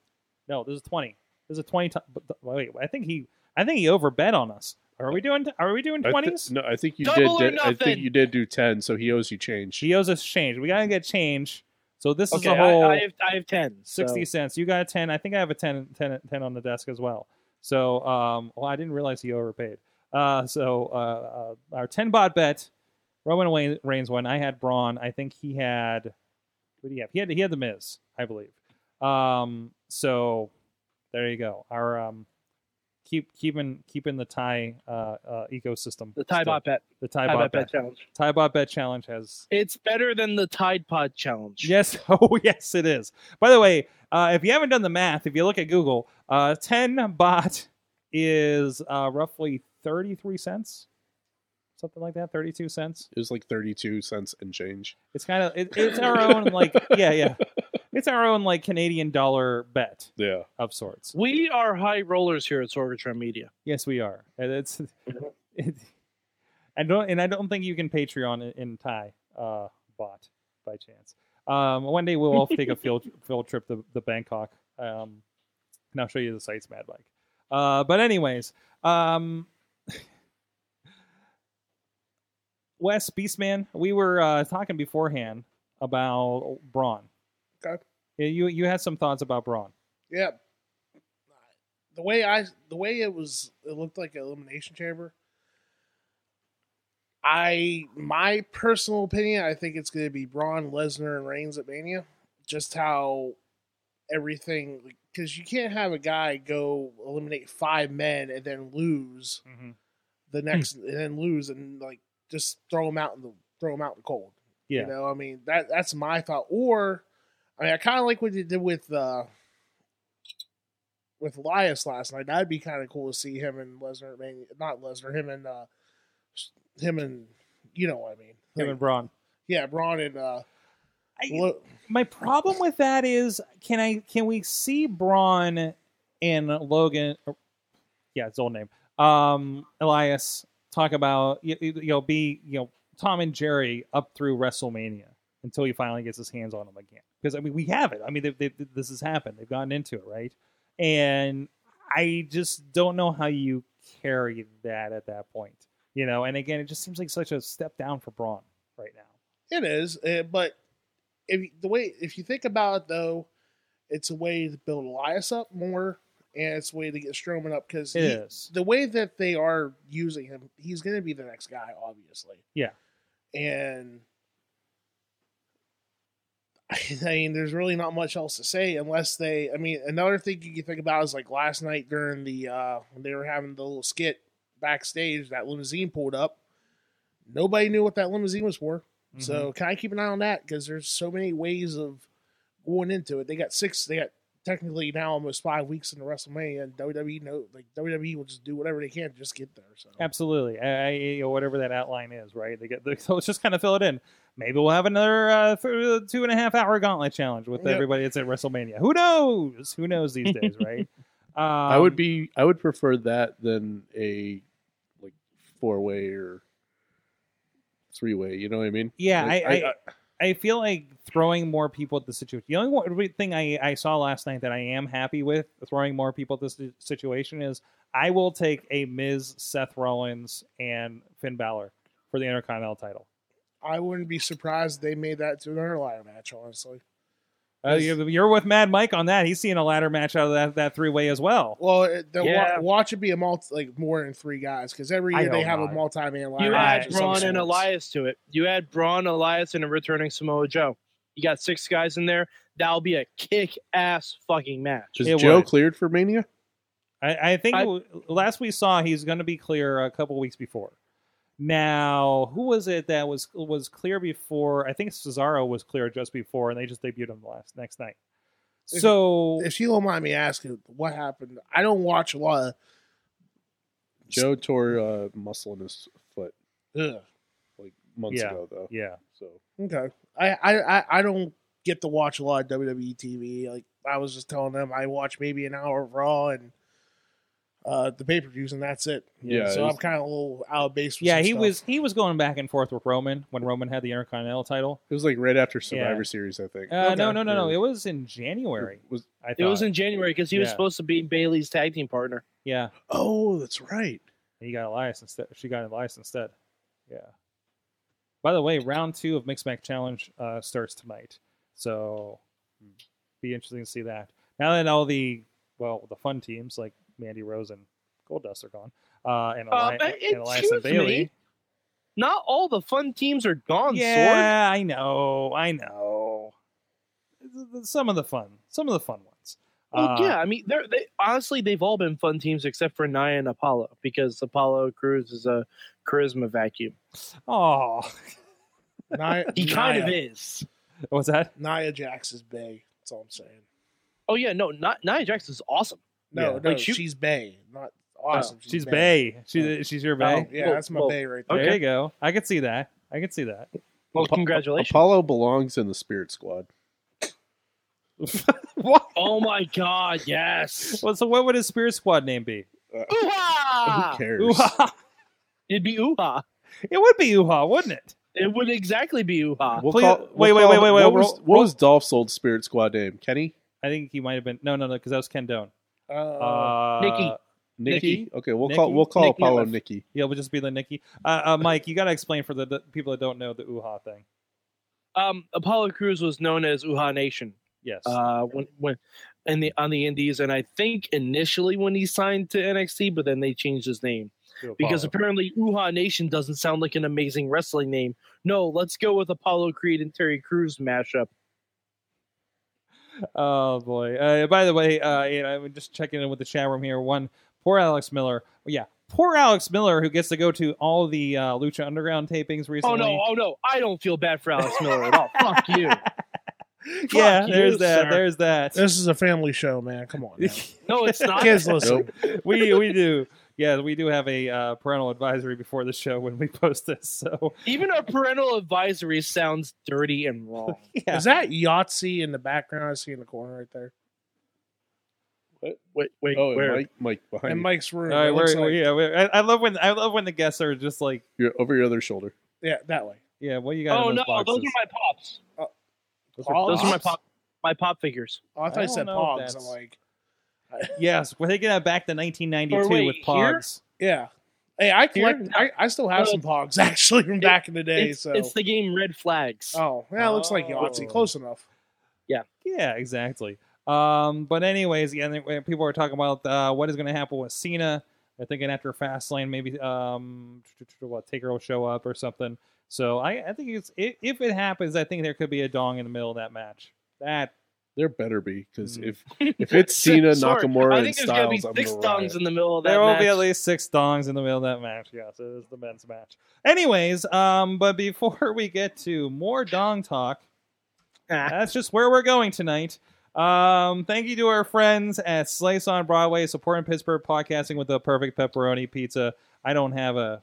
Speaker 2: No, this is twenty. This is twenty. T- but- but wait, I think he. I think he overbet on us. Are we doing? Are we doing
Speaker 4: I thi-
Speaker 2: twenties?
Speaker 4: no, I think you
Speaker 7: Double or
Speaker 4: did. I
Speaker 7: nothing.
Speaker 4: think you did do ten, so he owes you change.
Speaker 2: She owes us change. We gotta get change. So this
Speaker 7: Okay,
Speaker 2: is a whole.
Speaker 7: I, I have I have ten. so-
Speaker 2: 60 cents. You got a 10. I think I have a 10, 10, 10 on the desk as well. So, um, well, I didn't realize he overpaid. Uh, so, uh, uh, our 10 bot bet, Roman Wayne- Reigns won. I had Braun. I think he had, what did he have? He had, he had the Miz, I believe. Um, so there you go. Our, um, keep, keeping, keeping the tie, uh, uh, ecosystem.
Speaker 7: the Tide
Speaker 2: still-
Speaker 7: Pod Bet,
Speaker 2: the tie
Speaker 7: Tide
Speaker 2: bot
Speaker 7: Pod
Speaker 2: bet,
Speaker 7: Bet challenge.
Speaker 2: tie bot bet challenge has,
Speaker 7: It's better than the Tide Pod challenge.
Speaker 2: Yes. Oh, yes, it is. By the way, uh, if you haven't done the math, if you look at Google, uh, 10 bot is uh, roughly 33 cents, something like that, 32 cents.
Speaker 4: It was like thirty-two cents and change.
Speaker 2: It's kind of, it, it's our own, like, yeah, yeah. It's our own, like, Canadian dollar bet
Speaker 4: Yeah,
Speaker 2: of sorts.
Speaker 7: We are high rollers here at Sorgatron Media.
Speaker 2: Yes, we are. And it's, it, I don't, and I don't think you can Patreon in, in Thai uh, bot by chance. Um, one day we'll all take a field field trip to, to Bangkok, um, and I'll show you the sights, Mad Mike. Uh, but anyways, um, Wes Beastman, we were uh, talking beforehand about Braun.
Speaker 5: Okay.
Speaker 2: Yeah, You you had some thoughts about Braun.
Speaker 5: Yeah. The way I the way it was it looked like an elimination chamber. I my personal opinion, I think it's gonna be Braun, Lesnar, and Reigns at Mania. just how everything because you can't have a guy go eliminate five men and then lose
Speaker 2: Mhm.
Speaker 5: the next and then lose and like just throw him out in the throw him out in the cold.
Speaker 2: Yeah.
Speaker 5: You know, I mean that that's my thought. Or I mean I kinda like what they did with uh with Elias last night. That'd be kinda cool to see him and Lesnar man not Lesnar, him and uh him and you know what I mean.
Speaker 2: Him
Speaker 5: Like,
Speaker 2: and Braun.
Speaker 5: yeah, Braun and uh
Speaker 2: I-
Speaker 5: Lo-
Speaker 2: my problem with that is can I can we see Braun and Logan or- yeah, it's old name. Um Elias talk about you, you know be you know Tom and Jerry up through WrestleMania until he finally gets his hands on him again. Because I mean we have it. I mean they, they, this has happened. They've gotten into it, right? And I just don't know how you carry that at that point. You know, and again it just seems like such a step down for Braun right now.
Speaker 5: It is, uh, but if you- the way if you think about it though, it's a way to build Elias up more, and it's a way to get Strowman up because
Speaker 2: It is.
Speaker 5: the way that they are using him, he's going to be the next guy, obviously.
Speaker 2: Yeah.
Speaker 5: and I mean, there's really not much else to say unless they. I mean, another thing you can think about is like last night during the uh when they were having the little skit backstage, that limousine pulled up. Nobody knew what that limousine was for.
Speaker 7: Mm-hmm.
Speaker 5: So kind of keep an eye on that because there's so many ways of going into it. They got six. They got technically now almost five weeks into WrestleMania, and WWE no like WWE will just do whatever they can to just get there. So
Speaker 2: Absolutely, I, I, you know, whatever that outline is, right? They get the, so let's just kind of fill it in. Maybe we'll have another uh, th- two and a half hour gauntlet challenge with
Speaker 5: Yep.
Speaker 2: everybody that's at WrestleMania. Who knows? Who knows these days, right? Um,
Speaker 4: I would be. I would prefer that than a like four way or three way. You know what I mean?
Speaker 2: Yeah,
Speaker 4: Like,
Speaker 2: I, I, I, feel like throwing more people at the situation. The only one, thing I, I saw last night that I am happy with throwing more people at this si- situation is I will take a Miz, Seth Rollins, and Finn Balor for the Intercontinental title.
Speaker 5: I wouldn't be surprised if they made that to an interlier match. Honestly,
Speaker 2: Uh, you- you're with Mad Mike on that. He's seeing a ladder match out of that, that three way as well.
Speaker 5: well, it- the wa-
Speaker 7: Yeah.
Speaker 5: watch it be a multi like more than three guys because every
Speaker 2: I
Speaker 5: year they
Speaker 2: hope
Speaker 5: have
Speaker 2: not.
Speaker 5: a multi-man ladder
Speaker 7: You
Speaker 5: match
Speaker 7: add
Speaker 5: of some
Speaker 7: Braun and
Speaker 5: sorts.
Speaker 7: Elias to it. You add Braun, Elias, and a returning Samoa Joe. You got six guys in there. That'll be a kick ass fucking match.
Speaker 4: Is
Speaker 2: It
Speaker 4: Joe
Speaker 2: would.
Speaker 4: cleared for Mania?
Speaker 2: I, I think
Speaker 7: I-
Speaker 2: w last we saw, he's going to be clear a couple weeks before. Now, who was it that was was clear before? I think Cesaro was clear just before, and they just debuted him the last next night.
Speaker 5: If-
Speaker 2: So
Speaker 5: If you don't mind me asking, what happened? I don't watch a lot. Of,
Speaker 4: Joe tore uh, muscle in his foot
Speaker 5: ugh.
Speaker 4: like months
Speaker 2: Yeah.
Speaker 4: ago, though.
Speaker 2: yeah,
Speaker 4: So
Speaker 5: Okay. I, I I- I don't get to watch a lot of WWE TV. Like I was just telling them, I watch maybe an hour of Raw and uh the pay per views, and that's it.
Speaker 4: Yeah,
Speaker 5: So
Speaker 4: it's-
Speaker 5: I'm kind of a little out of base. With
Speaker 2: yeah,
Speaker 5: some
Speaker 2: he
Speaker 5: stuff.
Speaker 2: was he was going back and forth with Roman when Roman had the Intercontinental title.
Speaker 4: it was like right after
Speaker 2: Yeah.
Speaker 4: Survivor Series, I think.
Speaker 2: Uh, No, no, no, no.
Speaker 4: Yeah.
Speaker 2: It was in January.
Speaker 4: Was-
Speaker 2: I
Speaker 7: It was
Speaker 2: thought.
Speaker 7: in January because he was
Speaker 2: Yeah.
Speaker 7: supposed to be Bailey's tag team partner.
Speaker 2: yeah.
Speaker 4: oh, that's right.
Speaker 2: He got Elias instead. She got Elias instead. Yeah. By the way, round two of Mixed Match Challenge uh, starts tonight, so be interesting to see that. Now that all the well, the fun teams like Mandy Rose and Gold Dust are gone, uh, and,
Speaker 7: Uh,
Speaker 2: Eli-
Speaker 7: but
Speaker 2: and Elias and
Speaker 7: excuse me,
Speaker 2: Bailey.
Speaker 7: Not all the fun teams are gone, Sword.
Speaker 2: yeah, I know, I know. Some of the fun, some of the fun ones.
Speaker 7: Well,
Speaker 2: Uh,
Speaker 7: yeah, I mean, they're, they honestly they've all been fun teams except for Nia and Apollo because Apollo Cruz is a charisma vacuum.
Speaker 2: Oh,
Speaker 5: Nia,
Speaker 7: He kind
Speaker 5: Nia,
Speaker 7: of is.
Speaker 2: what's that?
Speaker 5: Nia Jax is Bay. That's all I'm saying.
Speaker 7: Oh yeah, no, not Nia Jax is awesome.
Speaker 5: No,
Speaker 2: Yeah.
Speaker 5: no,
Speaker 7: Like, she-
Speaker 5: she's Bay, not awesome. Oh,
Speaker 2: She's Bay. She, she's your Bay.
Speaker 5: Yeah,
Speaker 7: Whoa,
Speaker 5: that's my
Speaker 7: whoa.
Speaker 5: Bay right there.
Speaker 2: There
Speaker 7: okay.
Speaker 2: you go. I could see that. I could see that.
Speaker 7: Well,
Speaker 4: Apo-
Speaker 7: congratulations.
Speaker 4: Apollo belongs in the Spirit Squad.
Speaker 2: what?
Speaker 7: oh my God, yes.
Speaker 2: Well, so what would his spirit squad name be?
Speaker 4: Who
Speaker 7: Ooh-ha!
Speaker 4: cares?
Speaker 2: Uha.
Speaker 7: It'd be ooh-ha.
Speaker 2: It would be Uha, wouldn't it?
Speaker 7: It would exactly be ooh-ha.
Speaker 4: We'll
Speaker 2: Please-
Speaker 4: call-
Speaker 2: wait,
Speaker 4: we'll
Speaker 2: wait,
Speaker 4: call
Speaker 2: wait, wait,
Speaker 4: it-
Speaker 2: wait,
Speaker 4: What, was,
Speaker 2: roll-
Speaker 4: what
Speaker 2: roll-
Speaker 4: was Dolph's old Spirit Squad name? Kenny,
Speaker 2: I think he might have been. No, no, no, because that was Ken Doan.
Speaker 5: Uh,
Speaker 2: Uh,
Speaker 7: Nikki.
Speaker 4: Nikki.
Speaker 7: Nikki.
Speaker 4: Okay, we'll
Speaker 2: Nikki?
Speaker 4: call we'll call
Speaker 7: Nikki
Speaker 4: Apollo
Speaker 7: Left.
Speaker 4: Nikki.
Speaker 2: Yeah, we'll just be the Nikki. Uh, uh, Mike, you got to explain for the, the people that don't know the Uha thing. Ah.
Speaker 7: Um, Apollo Cruz was known as ooh-ha Nation
Speaker 2: Yes.
Speaker 7: uh, when when in the on the Indies, and I think initially when he signed to NXT, but then they changed his name
Speaker 2: to
Speaker 7: because
Speaker 2: Apollo.
Speaker 7: apparently Uha Nation doesn't sound like an amazing wrestling name. No, let's go with Apollo Creed and Terry Crews mashup.
Speaker 2: Oh boy. Uh, by the way, uh, you know, I'm just checking in with the chat room here. One poor Alex Miller. Yeah, poor Alex Miller who gets to go to all the uh, Lucha Underground tapings
Speaker 7: Oh
Speaker 2: recently.
Speaker 7: no, oh no, I don't feel bad for Alex Miller at all. Fuck you.
Speaker 2: yeah,
Speaker 7: Fuck
Speaker 2: there's
Speaker 7: you,
Speaker 2: that.
Speaker 7: sir.
Speaker 2: There's that.
Speaker 5: This is a family show, man. Come on, now.
Speaker 7: No, it's not.
Speaker 5: kids, listen.
Speaker 4: Nope.
Speaker 2: we we do. Yeah, we do have a uh, parental advisory before the show when we post this. So
Speaker 7: Even our parental advisory sounds dirty and wrong.
Speaker 2: Yeah.
Speaker 5: Is that Yahtzee in the background? I see in the corner right there.
Speaker 7: Wait, wait,
Speaker 4: Oh, and
Speaker 7: where?
Speaker 4: Mike, Mike behind
Speaker 5: In
Speaker 4: you.
Speaker 5: Mike's room.
Speaker 2: all right,
Speaker 5: it
Speaker 2: we're,
Speaker 5: looks like-
Speaker 2: yeah, we're, I, I love when I love when the guests are just like,
Speaker 4: You're over your other shoulder.
Speaker 5: yeah, that way.
Speaker 2: yeah, what you got?
Speaker 7: oh
Speaker 2: in
Speaker 7: no,
Speaker 2: those boxes?
Speaker 7: those are my pops. Those
Speaker 5: Pogs?
Speaker 7: are my pop, my pop figures.
Speaker 5: Oh, I thought
Speaker 2: I
Speaker 5: you said
Speaker 2: don't know if
Speaker 5: pogs. I'm
Speaker 2: that's-
Speaker 5: like,
Speaker 2: yes, we're taking that back to 1992
Speaker 7: Or wait,
Speaker 2: with
Speaker 7: here?
Speaker 2: Pogs.
Speaker 5: yeah. Hey, I
Speaker 7: Here?
Speaker 5: collect. I, I still have
Speaker 7: No.
Speaker 5: some pogs actually from back in the day.
Speaker 7: it's,
Speaker 5: so
Speaker 7: it's the game Red Flags.
Speaker 5: oh, yeah, it looks like Yahtzee.
Speaker 2: Oh.
Speaker 5: Close enough.
Speaker 2: Yeah, exactly. Um, but anyways, yeah, and then people are talking about uh, what is going to happen with Cena. They're thinking after Fastlane, maybe um, what Taker will show up or something. So I, I think it's i if it happens, I think there could be a dong in the middle of that match. That
Speaker 4: There better be because
Speaker 2: Mm.
Speaker 4: if if it's Cena,
Speaker 7: Sorry,
Speaker 4: Nakamura,
Speaker 7: I
Speaker 4: and
Speaker 7: think there's gonna be
Speaker 4: Styles, I'm
Speaker 7: six
Speaker 4: gonna riot.
Speaker 7: tongues in the middle of that
Speaker 2: there will be
Speaker 7: match.
Speaker 2: at least six dongs in the middle of that match. Yes, it is the men's match. Anyways, um, but before we get to more dong talk,
Speaker 7: Ah.
Speaker 2: that's just where we're going tonight. Um, thank you to our friends at Slice on Broadway, supporting Pittsburgh podcasting with the perfect pepperoni pizza. I don't have a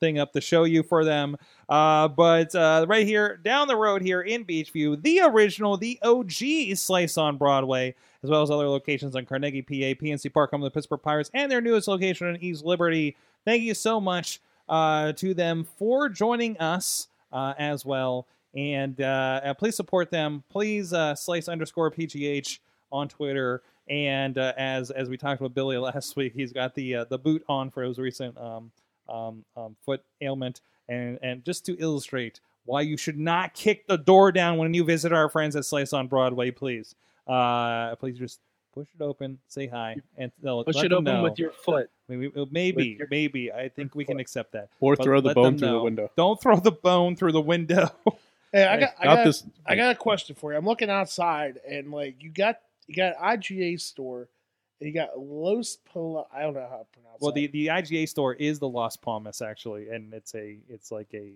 Speaker 2: thing up to show you for them, uh, but uh, right here down the road here in Beachview, the original, the OG Slice on Broadway, as well as other locations on Carnegie, PA, PNC Park, home of the Pittsburgh Pirates, and their newest location in East Liberty. Thank you so much uh, to them for joining us uh, as well. And uh, uh, please support them. Please uh, slice underscore pgh on Twitter. And uh, as as we talked with Billy last week, he's got the uh, the boot on for his recent um, um, um, foot ailment. And and just to illustrate why you should not kick the door down when you visit our friends at Slice on Broadway, please. Uh, please just push it open, say hi, and they'll
Speaker 7: Push
Speaker 2: let
Speaker 7: it
Speaker 2: them
Speaker 7: open
Speaker 2: know.
Speaker 7: with your foot.
Speaker 2: Maybe, uh, maybe,
Speaker 7: With your-
Speaker 2: maybe. I think we can accept that.
Speaker 4: or
Speaker 2: But
Speaker 4: throw the
Speaker 2: let them
Speaker 4: bone through the
Speaker 2: know.
Speaker 4: window.
Speaker 2: Don't throw the bone through the window.
Speaker 5: Hey, I got, I
Speaker 4: Not
Speaker 5: got,
Speaker 4: this.
Speaker 5: I got a question for you. I'm looking outside, and like you got you got IGA store, and you got Los Pola. I don't know how to pronounce.
Speaker 2: well, the,
Speaker 5: that.
Speaker 2: the IGA store is the Las Palmas actually, and it's a it's like a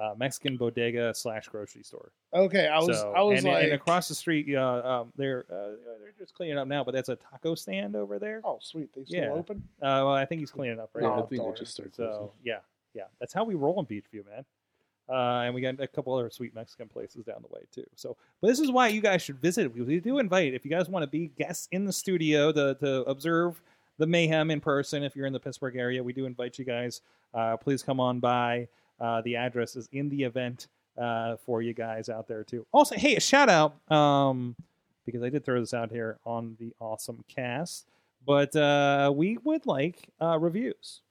Speaker 2: uh, Mexican bodega slash grocery store.
Speaker 5: okay, I was
Speaker 2: So-
Speaker 5: I was
Speaker 2: and,
Speaker 5: like
Speaker 2: and across the street, uh, um, they're uh, they're just cleaning up now, but that's a taco stand over there. Uh,
Speaker 5: oh sweet, they still
Speaker 2: Yeah.
Speaker 5: open.
Speaker 2: Uh, well, I think he's cleaning up right
Speaker 4: Yeah,
Speaker 5: Oh,
Speaker 4: I
Speaker 2: now.
Speaker 4: think they
Speaker 5: darn.
Speaker 4: just started.
Speaker 2: So yeah, yeah, that's how we roll in Beachview, man. Uh, and we got a couple other sweet Mexican places down the way too. So, but this is why you guys should visit. We- We do invite if you guys want to be guests in the studio to to observe the mayhem in person. If you're in the Pittsburgh area, we do invite you guys. Uh, please come on by. Uh, the address is in the event uh, for you guys out there too. Also, hey, a shout out um, because I did throw this out here on the awesome cast, but uh, we would like uh, reviews.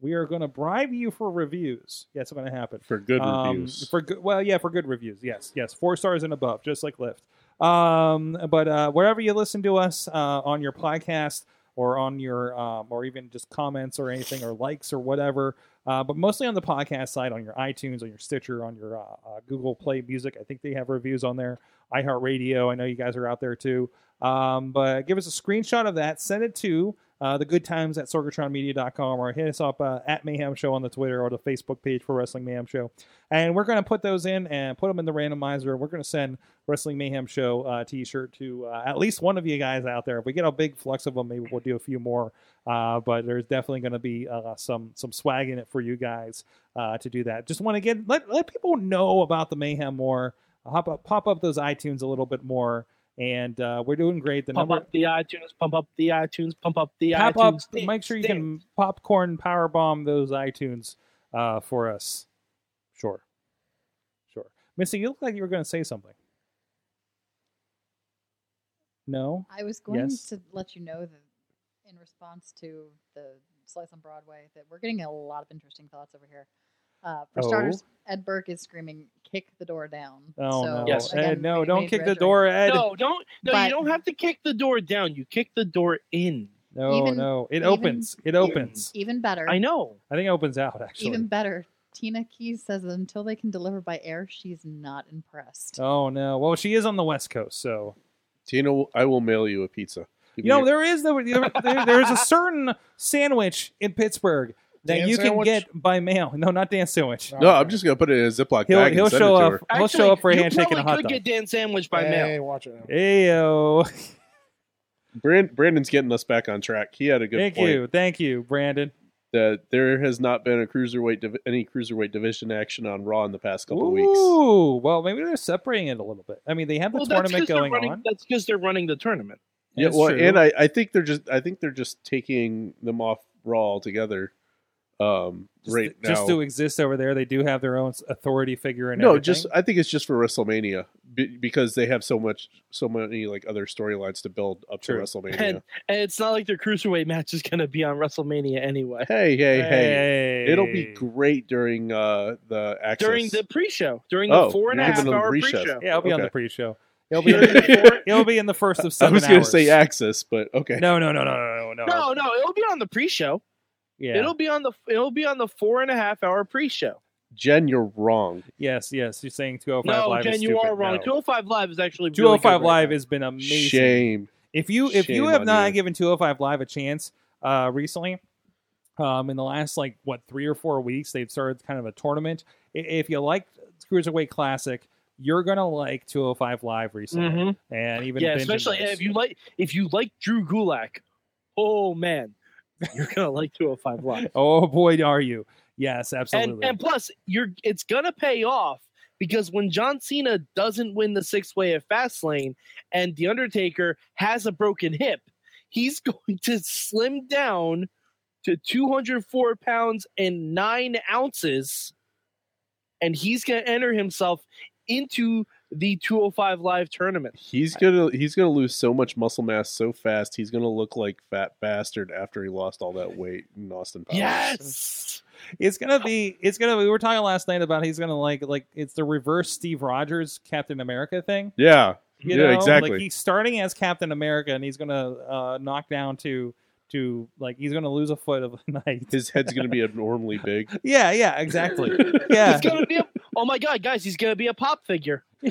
Speaker 2: We are going to bribe you for reviews. That's going to happen.
Speaker 4: for good
Speaker 2: Um,
Speaker 4: reviews.
Speaker 2: For good, well, yeah, for good reviews. Yes, yes, four stars and above, just like Lyft. Um, but uh, wherever you listen to us uh, on your podcast or on your, um, or even just comments or anything or likes or whatever, uh, but mostly on the podcast side, on your iTunes, on your Stitcher, on your uh, uh, Google Play Music. I think they have reviews on there. iHeartRadio. I know you guys are out there too. Um, but give us a screenshot of that. Send it to uh, the good times at sorgatronmedia.com or hit us up uh, at Mayhem Show on the Twitter or the Facebook page for Wrestling Mayhem Show. And we're going to put those in and put them in the randomizer. We're going to send Wrestling Mayhem Show uh, t shirt to uh, at least one of you guys out there. If we get a big flux of them, maybe we'll do a few more. Uh, but there's definitely going to be uh, some some swag in it for you guys uh, to do that. Just want to get let, let people know about the Mayhem more. Hop up, pop up those iTunes a little bit more. And uh, we're doing great. The
Speaker 7: Pump
Speaker 2: number
Speaker 7: up the iTunes, pump up the iTunes, pump up the
Speaker 2: pop
Speaker 7: iTunes.
Speaker 2: up. Make sure you can popcorn power bomb those iTunes uh, for us. Sure, sure. Missy, you look like you were going to say something. No.
Speaker 6: I was going
Speaker 2: Yes.
Speaker 6: to let you know that in response to the slice on Broadway that we're getting a lot of interesting thoughts over here. Uh, for
Speaker 2: Oh.
Speaker 6: starters, Ed Burke is screaming, "Kick the door down!"
Speaker 2: Oh
Speaker 6: so,
Speaker 2: no,
Speaker 7: Yes.
Speaker 2: Ed,
Speaker 6: again,
Speaker 2: no!
Speaker 6: we
Speaker 2: Don't
Speaker 6: made
Speaker 2: kick the
Speaker 6: reference-
Speaker 2: door, Ed.
Speaker 7: No, don't. No,
Speaker 6: But-
Speaker 7: you don't have to kick the door down. You kick the door in.
Speaker 2: No,
Speaker 6: Even-
Speaker 2: no. It
Speaker 6: even-
Speaker 2: opens. It opens.
Speaker 6: Even better,
Speaker 7: I know.
Speaker 2: I think it opens out actually.
Speaker 6: even better. Tina Keys says that until they can deliver by air, she's not impressed.
Speaker 2: oh no. Well, she is on the West Coast, so
Speaker 4: Tina, I will mail you a pizza. Give
Speaker 2: You know,
Speaker 4: me
Speaker 2: there is the, there, there- there is a certain sandwich in Pittsburgh that
Speaker 5: Dan
Speaker 2: you can
Speaker 5: sandwich?
Speaker 2: get by mail. No, not Dan sandwich.
Speaker 4: a- no, I'm just gonna put it in a Ziploc
Speaker 2: He'll
Speaker 4: bag
Speaker 2: he'll
Speaker 4: and send
Speaker 2: show
Speaker 4: it to
Speaker 2: up.
Speaker 4: her.
Speaker 2: He'll show up for a
Speaker 7: you
Speaker 2: handshake and
Speaker 7: probably
Speaker 2: a hot
Speaker 7: could
Speaker 2: dog.
Speaker 7: get Dan sandwich by
Speaker 5: hey,
Speaker 7: mail.
Speaker 5: watch it. now.
Speaker 2: Ayo.
Speaker 4: Brand, Brandon's getting us back on track. He had a good
Speaker 2: Thank
Speaker 4: point
Speaker 2: you. Thank you, Brandon.
Speaker 4: that there has not been a cruiserweight div- any cruiserweight division action on Raw in the past couple weeks.
Speaker 2: Ooh, well, maybe they're separating it a little bit. I mean, they have the
Speaker 7: Well, that's
Speaker 2: tournament
Speaker 7: because they're
Speaker 2: going
Speaker 7: running.
Speaker 2: on.
Speaker 7: That's because they're running the tournament.
Speaker 4: Yeah,
Speaker 2: That's
Speaker 4: well,
Speaker 2: true.
Speaker 4: and I, I think they're just I think they're just taking them off Raw altogether. Um,
Speaker 2: just,
Speaker 4: right now,
Speaker 2: just to exist over there, they do have their own authority figure and
Speaker 4: no,
Speaker 2: everything.
Speaker 4: just I think it's just for WrestleMania be- because they have so much, so many like other storylines to build up
Speaker 2: True.
Speaker 4: to WrestleMania.
Speaker 7: And, and it's not like their cruiserweight match is going to be on WrestleMania anyway.
Speaker 4: hey, hey, hey,
Speaker 2: Hey.
Speaker 4: It'll be great during uh the access.
Speaker 7: During the pre-show, during the
Speaker 4: Oh,
Speaker 7: four and a
Speaker 4: you're
Speaker 7: half
Speaker 4: giving them
Speaker 7: hour
Speaker 4: pre-shows.
Speaker 7: pre-show.
Speaker 2: Yeah, it'll be on
Speaker 4: Okay.
Speaker 2: the pre-show. It'll be, in,
Speaker 4: I
Speaker 2: it'll be in the first of seven
Speaker 4: was gonna
Speaker 2: hours.
Speaker 4: say access, but okay.
Speaker 2: No, no, no, no, no, no,
Speaker 7: No, no, it'll be on the pre-show.
Speaker 2: Yeah.
Speaker 7: It'll be on the it'll be on the four and a half hour pre-show.
Speaker 4: Jen, you're wrong.
Speaker 2: yes, yes. You're saying 205
Speaker 7: No,
Speaker 2: Live is
Speaker 7: Jen, you
Speaker 2: stupid.
Speaker 7: are wrong.
Speaker 2: No.
Speaker 7: 205 Live is actually really good
Speaker 2: 205
Speaker 7: right
Speaker 2: Live
Speaker 7: now.
Speaker 2: has been amazing.
Speaker 4: Shame.
Speaker 2: If you if
Speaker 4: Shame
Speaker 2: you have
Speaker 4: on
Speaker 2: not
Speaker 4: you.
Speaker 2: given 205 Live a chance uh, recently, um, in the last like what three or four weeks, they've started kind of a tournament. I- If you like Cruiserweight Classic, you're gonna like 205 Live recently,
Speaker 7: Mhm.
Speaker 2: and even
Speaker 7: Yeah,
Speaker 2: binging
Speaker 7: especially
Speaker 2: those.
Speaker 7: if you like if you like Drew Gulak. Oh man, you're gonna like 205 Live.
Speaker 2: Oh boy, are you? Yes, absolutely.
Speaker 7: And and plus, you're it's gonna pay off because when John Cena doesn't win the six way at Fastlane, and The Undertaker has a broken hip, he's going to slim down to 204 pounds and nine ounces, and he's gonna enter himself into the 205 Live tournament.
Speaker 4: He's gonna he's gonna lose so much muscle mass so fast. He's gonna look like fat bastard after he lost all that weight in Austin Powers.
Speaker 7: Yes.
Speaker 2: It's gonna be. It's gonna. We were talking last night about he's gonna like like it's the reverse Steve Rogers Captain America thing.
Speaker 4: Yeah.
Speaker 2: You
Speaker 4: yeah.
Speaker 2: know?
Speaker 4: exactly.
Speaker 2: Like he's starting as Captain America, and he's gonna uh, knock down to to like he's gonna lose a foot of a night.
Speaker 4: His head's gonna be abnormally big.
Speaker 2: Yeah, yeah, exactly. Yeah.
Speaker 7: It's gonna be a, oh my god, guys, he's gonna be a pop figure.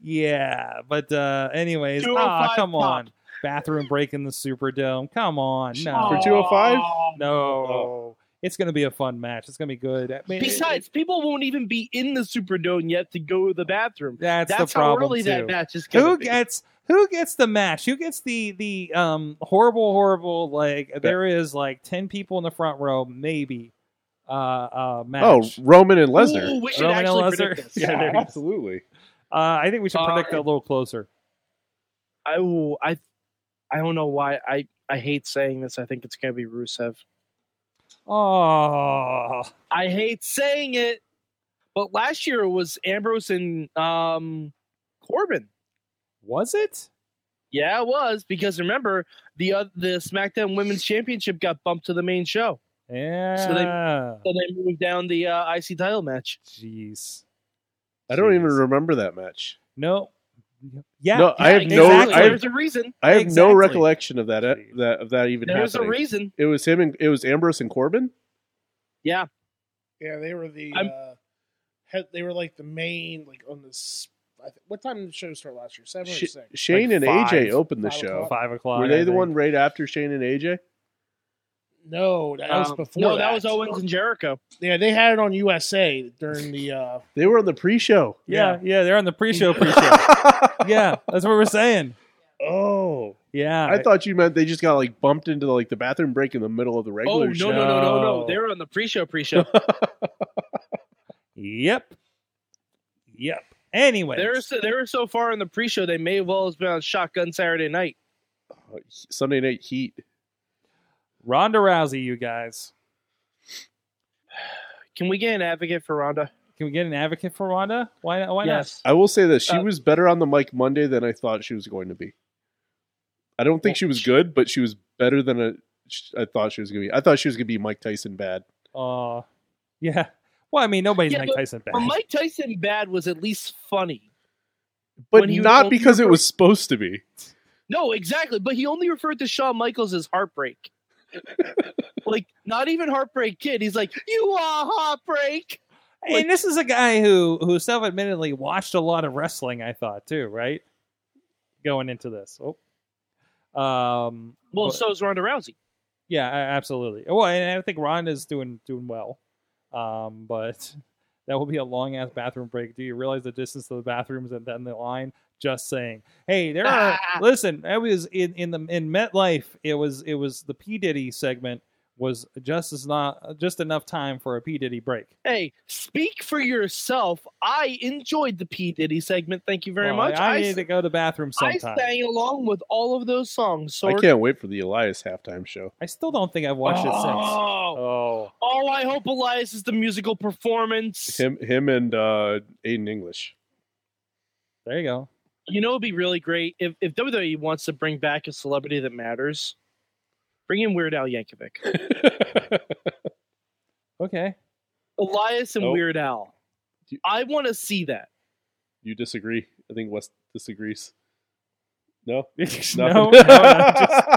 Speaker 2: yeah, but uh anyways,
Speaker 7: 205
Speaker 2: ah, come
Speaker 7: pop.
Speaker 2: on. Bathroom break in the Superdome. Come on.
Speaker 4: For
Speaker 2: No.
Speaker 4: two oh five?
Speaker 2: No. It's going to be a fun match. It's going to be good. I mean,
Speaker 7: Besides, people won't even be in the Superdome yet to go to the bathroom.
Speaker 2: that's,
Speaker 7: That's
Speaker 2: the
Speaker 7: how
Speaker 2: problem
Speaker 7: early
Speaker 2: too.
Speaker 7: that match is gonna
Speaker 2: who
Speaker 7: be.
Speaker 2: gets who gets the match? Who gets the the um horrible horrible like there is like 10 people in the front row maybe uh uh
Speaker 4: Oh,
Speaker 2: match.
Speaker 4: Roman and Lesnar.
Speaker 7: Ooh, we should
Speaker 2: Roman and
Speaker 7: actually predict
Speaker 2: Lesnar.
Speaker 7: this.
Speaker 2: Yeah, there you go.
Speaker 4: absolutely.
Speaker 2: Uh, I think we should
Speaker 7: Uh,
Speaker 2: predict that a little closer.
Speaker 7: I will. I I don't know why. I I hate saying this. I think it's gonna be Rusev.
Speaker 2: Oh.
Speaker 7: I hate saying it, but last year it was Ambrose and um Corbin.
Speaker 2: Was it?
Speaker 7: Yeah, it was because remember the uh, the SmackDown Women's Championship got bumped to the main show,
Speaker 2: Yeah.
Speaker 7: so they moved down the uh, IC title match.
Speaker 2: Jeez.
Speaker 4: I don't even
Speaker 2: Jeez.
Speaker 4: remember that match.
Speaker 2: No. Yeah.
Speaker 4: No, I have
Speaker 2: yeah,
Speaker 4: no-
Speaker 2: exactly.
Speaker 4: I have-
Speaker 7: there's a reason.
Speaker 4: I have no
Speaker 2: Exactly.
Speaker 4: recollection of that e,
Speaker 2: Jeez.
Speaker 4: that of that even
Speaker 7: There's a
Speaker 4: happening.
Speaker 7: reason.
Speaker 4: it was him and it was Ambrose and Corbin.
Speaker 7: Yeah,
Speaker 5: Yeah, they were the
Speaker 7: I'm-
Speaker 5: uh, head, they were like the main like on this. I th- what time did the show start last year? Seven
Speaker 4: Sh-
Speaker 5: or six?
Speaker 4: Shane
Speaker 2: Like
Speaker 4: and
Speaker 2: five,
Speaker 4: AJ opened the
Speaker 5: five
Speaker 4: show.
Speaker 2: Five o'clock.
Speaker 4: Were they
Speaker 2: I
Speaker 4: the
Speaker 2: think.
Speaker 4: one right after Shane and AJ?
Speaker 5: No, that was
Speaker 7: Um,
Speaker 5: before.
Speaker 7: No, that. was Owens and Jericho.
Speaker 5: Yeah, they had it on USA during the. Uh,
Speaker 4: They were on the pre-show.
Speaker 2: Yeah, yeah, they're on the pre-show pre-show. yeah, that's what we're saying.
Speaker 4: oh,
Speaker 2: Yeah.
Speaker 4: I thought you meant they just got like bumped into like the bathroom break in the middle of the
Speaker 7: Oh
Speaker 4: regular
Speaker 7: no,
Speaker 4: show.
Speaker 7: no, no, no,
Speaker 2: show.
Speaker 7: no! They were on the pre-show, pre-show.
Speaker 2: Yep. Yep. Anyway.
Speaker 7: They're so, they were so far in the pre-show they may have well have been on Shotgun Saturday Night.
Speaker 4: Sunday Night Heat.
Speaker 2: Ronda Rousey, you guys.
Speaker 7: Can we get an advocate for Ronda?
Speaker 2: Can we get an advocate for Ronda? Why why
Speaker 4: I will say this: she
Speaker 7: Uh,
Speaker 4: was better on the mic Monday than I thought she was going to be. I don't think she was good, but she was better than a, I thought she was going to be. I thought she was going to be Mike Tyson bad.
Speaker 2: not? Uh yeah. Well, I mean, nobody's
Speaker 7: Yeah,
Speaker 2: Mike
Speaker 7: but-
Speaker 2: Tyson
Speaker 7: Well,
Speaker 2: bad.
Speaker 7: Mike Tyson bad was at least funny.
Speaker 4: but
Speaker 7: When he was
Speaker 4: not
Speaker 7: on
Speaker 4: because it
Speaker 7: Cooper.
Speaker 4: was supposed to be.
Speaker 7: No, exactly. But he only referred to Shawn Michaels as heartbreak. like not even heartbreak kid. He's like, you are heartbreak.
Speaker 2: and this is a guy who who self admittedly watched a lot of wrestling. I thought too, right? Going into this, oh, um,
Speaker 7: Well,
Speaker 2: but-
Speaker 7: so is Ronda Rousey.
Speaker 2: yeah, a- absolutely. Oh, Well, and I think Ron is doing doing well, um, but that will be a long ass bathroom break. Do you realize the distance to the bathrooms and then the line? Just saying. Hey, there are. listen, I was in in the in MetLife. It was it was the P Diddy segment was just as not just enough time for a P Diddy break.
Speaker 7: Hey, speak for yourself. I enjoyed the P Diddy segment. Thank you very
Speaker 2: Well,
Speaker 7: much.
Speaker 2: I,
Speaker 7: I,
Speaker 2: need to go to the bathroom
Speaker 7: I
Speaker 2: sometime. I,
Speaker 7: sang along with all of those songs. So
Speaker 4: I can't wait for the Elias halftime show.
Speaker 2: still don't think I've watched it since.
Speaker 7: Oh,
Speaker 2: Oh,
Speaker 7: all I hope Elias is the musical performance.
Speaker 4: Him, him, and uh, Aiden English.
Speaker 2: there you go.
Speaker 7: You know, it'd be really great if, if WWE wants to bring back a celebrity that matters. Bring in Weird Al Yankovic,
Speaker 2: Okay.
Speaker 7: Elias, and
Speaker 4: Oh.
Speaker 7: Weird Al. I want to see that.
Speaker 4: you disagree? I think West disagrees. No,
Speaker 2: no,
Speaker 4: Nothing?
Speaker 2: no, no, just-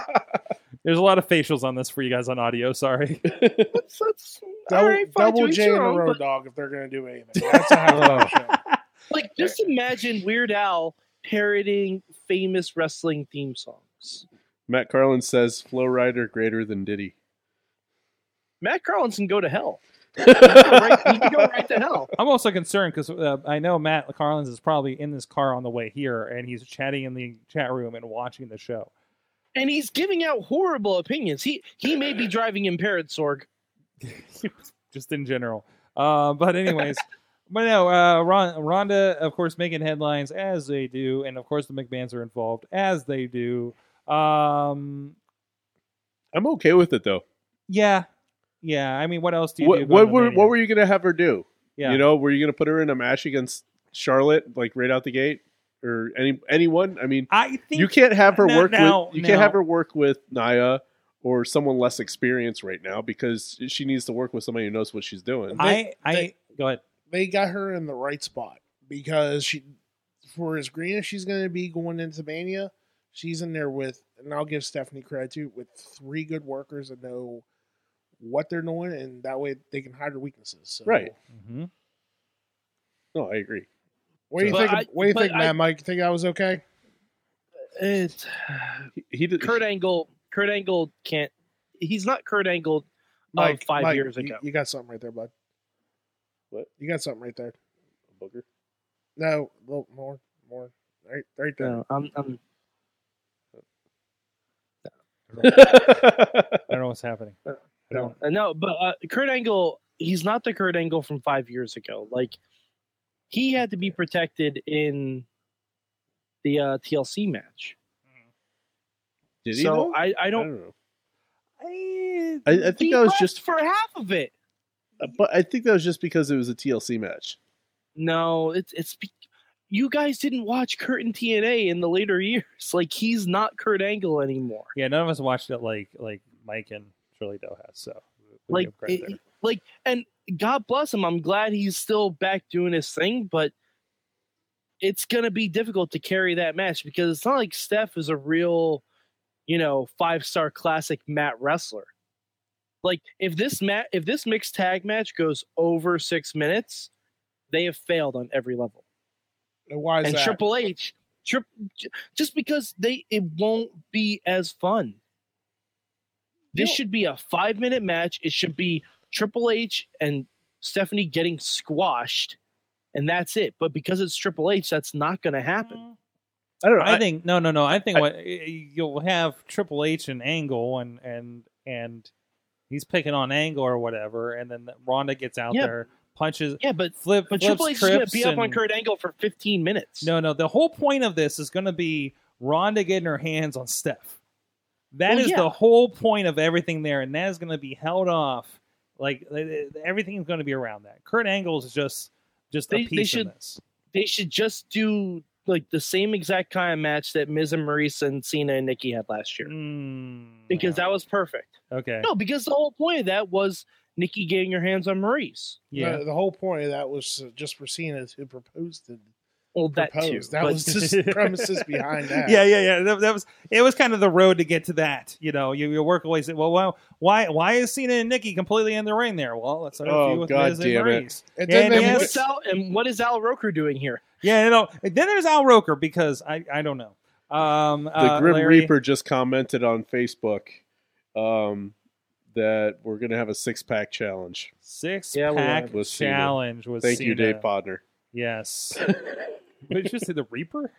Speaker 2: There's a lot of facials on this for you guys on audio. Sorry.
Speaker 7: That's, that's, all
Speaker 5: Double,
Speaker 7: right, fine,
Speaker 5: double
Speaker 7: to each
Speaker 5: J in
Speaker 7: their
Speaker 5: a
Speaker 7: own,
Speaker 5: row,
Speaker 7: but-
Speaker 5: dog. If they're gonna do anything, that's a halftime show.
Speaker 7: Like, just imagine Weird Al parodying famous wrestling theme songs.
Speaker 4: Matt Carlin says Flow Rider greater than Diddy.
Speaker 7: Matt Carlin can go to hell. He can go right- he can go
Speaker 4: That's
Speaker 7: right to hell.
Speaker 2: I'm also concerned because uh, I know Matt Carlins is probably in this car on the way here, and he's chatting in the chat room and watching the show.
Speaker 7: And he's giving out horrible opinions. He he may be driving impaired, Sorg.
Speaker 2: just in general. Uh, but anyways, but no, uh, Ron, Ronda, of course, making headlines as they do, and of course the McMahon's are involved as they do. Um,
Speaker 4: I'm okay with it though.
Speaker 2: yeah, yeah. I mean, what else do you do?
Speaker 4: What,
Speaker 2: about
Speaker 4: what were
Speaker 2: Mania?
Speaker 4: what were you gonna have her do?
Speaker 2: Yeah.
Speaker 4: You know, were you gonna put her in a match against Charlotte like right out the gate or any anyone? I mean,
Speaker 2: I think
Speaker 4: you can't have her
Speaker 2: No,
Speaker 4: work
Speaker 2: no,
Speaker 4: with you
Speaker 2: no.
Speaker 4: can't have her work with Naya or someone less experienced right now because she needs to work with somebody who knows what she's doing.
Speaker 2: I I go ahead.
Speaker 5: they got her in the right spot because she, for as green as she's going to be going into Mania, she's in there with, and I'll give Stephanie credit too, with three good workers that know what they're doing, and that way they can hide their weaknesses. So,
Speaker 4: Right.
Speaker 2: hmm
Speaker 4: no, I agree.
Speaker 5: What do you
Speaker 7: But
Speaker 5: think?
Speaker 7: I-
Speaker 5: what do you
Speaker 7: but
Speaker 5: think,
Speaker 7: I-
Speaker 5: Matt? Mike, you think that was okay?
Speaker 7: It's,
Speaker 4: He, he did
Speaker 7: Kurt Angle. Kurt Angle can't. He's not Kurt Angle.
Speaker 5: Mike,
Speaker 7: five
Speaker 5: Mike,
Speaker 7: years
Speaker 5: you-
Speaker 7: ago.
Speaker 5: you got something right there, bud.
Speaker 4: What?
Speaker 5: You got something right there.
Speaker 4: Booger.
Speaker 5: No, a little more, more. Right, right there.
Speaker 7: No, I'm, I'm
Speaker 2: I don't know what's happening.
Speaker 7: no, no, but uh, Kurt Angle. He's not the Kurt Angle from five years ago. Like he had to be protected in the uh, TLC match.
Speaker 4: did he?
Speaker 7: so
Speaker 4: though?
Speaker 7: I, I
Speaker 4: I
Speaker 7: don't.
Speaker 4: don't know.
Speaker 2: I,
Speaker 4: I, I think
Speaker 7: he
Speaker 4: that was
Speaker 7: left
Speaker 4: just,
Speaker 7: for half of it.
Speaker 4: but I think that was just because it was a TLC match.
Speaker 7: No, it's it's be- you guys didn't watch Kurt and TNA in the later years. Like he's not Kurt Angle anymore.
Speaker 2: yeah, none of us watched it like like Mike and Shirley Doe has. So we
Speaker 7: Like
Speaker 2: have credit
Speaker 7: it-
Speaker 2: there.
Speaker 7: like and God bless him. I'm glad he's still back doing his thing, but it's gonna be difficult to carry that match because it's not like Steph is a real, you know, five star classic mat wrestler. Like if this mat if this mixed tag match goes over six minutes, they have failed on every level.
Speaker 5: And why is
Speaker 7: and
Speaker 5: that?
Speaker 7: Triple H, trip, j- just because they it won't be as fun. This
Speaker 5: No.
Speaker 7: should be a five minute match. It should be Triple H and Stephanie getting squashed, and that's it. But because it's Triple H, that's not going to happen.
Speaker 4: I don't know.
Speaker 2: I,
Speaker 4: I-
Speaker 2: think no, no, no. I think
Speaker 4: I-
Speaker 2: what y- you'll have Triple H and Angle and and and he's picking on Angle or whatever, and then Ronda gets out
Speaker 7: Yeah.
Speaker 2: there, punches,
Speaker 7: Yeah, but
Speaker 2: flip,
Speaker 7: but
Speaker 2: flips,
Speaker 7: Triple H is going to
Speaker 2: trips,
Speaker 7: be up on
Speaker 2: and-
Speaker 7: Kurt Angle for fifteen minutes.
Speaker 2: No, no. The whole point of this is going to be Ronda getting her hands on Steph. That is
Speaker 7: Well, yeah.
Speaker 2: the whole point of everything there, and that is going to be held off. Like everything's going to be around that. Kurt Angle is just just
Speaker 7: They-
Speaker 2: a
Speaker 7: they
Speaker 2: piece
Speaker 7: should-
Speaker 2: in this.
Speaker 7: they should just do like the same exact kind of match that Miz and Maurice and Cena and Nikki had last year
Speaker 2: Mm,
Speaker 7: because
Speaker 2: no.
Speaker 7: that was perfect.
Speaker 2: okay.
Speaker 7: No, because the whole point of that was Nikki getting her hands on Maurice.
Speaker 2: Yeah.
Speaker 5: The, the whole point of that was uh, just for Cena to propose to
Speaker 7: Well, that too.
Speaker 5: proposed. That,
Speaker 7: but-
Speaker 5: was just the premises behind that.
Speaker 2: yeah, yeah, yeah. That, that was it. Was kind of the road to get to that. You know, you, you work away. Say, well, well, why why is Cena and Nikki completely in the ring there? Well, let's interview
Speaker 4: Oh,
Speaker 2: with
Speaker 4: God
Speaker 2: Miz and
Speaker 4: damn it.
Speaker 2: Reese.
Speaker 5: And
Speaker 2: Yeah,
Speaker 5: then
Speaker 2: and
Speaker 5: they
Speaker 2: yes.
Speaker 5: went-
Speaker 7: What's Al, and what is Al Roker doing here?
Speaker 2: Yeah, you know. Then there's Al Roker because I I don't know. Um,
Speaker 4: the
Speaker 2: uh,
Speaker 4: Grim
Speaker 2: Larry-
Speaker 4: Reaper just commented on Facebook um, that we're gonna have a six pack challenge.
Speaker 2: six
Speaker 7: Yeah, we
Speaker 2: pack
Speaker 4: have. Was Cena.
Speaker 2: challenge was
Speaker 4: Thank you,
Speaker 2: Cena.
Speaker 4: Dave Bodner.
Speaker 2: Yes. But you just say the Reaper?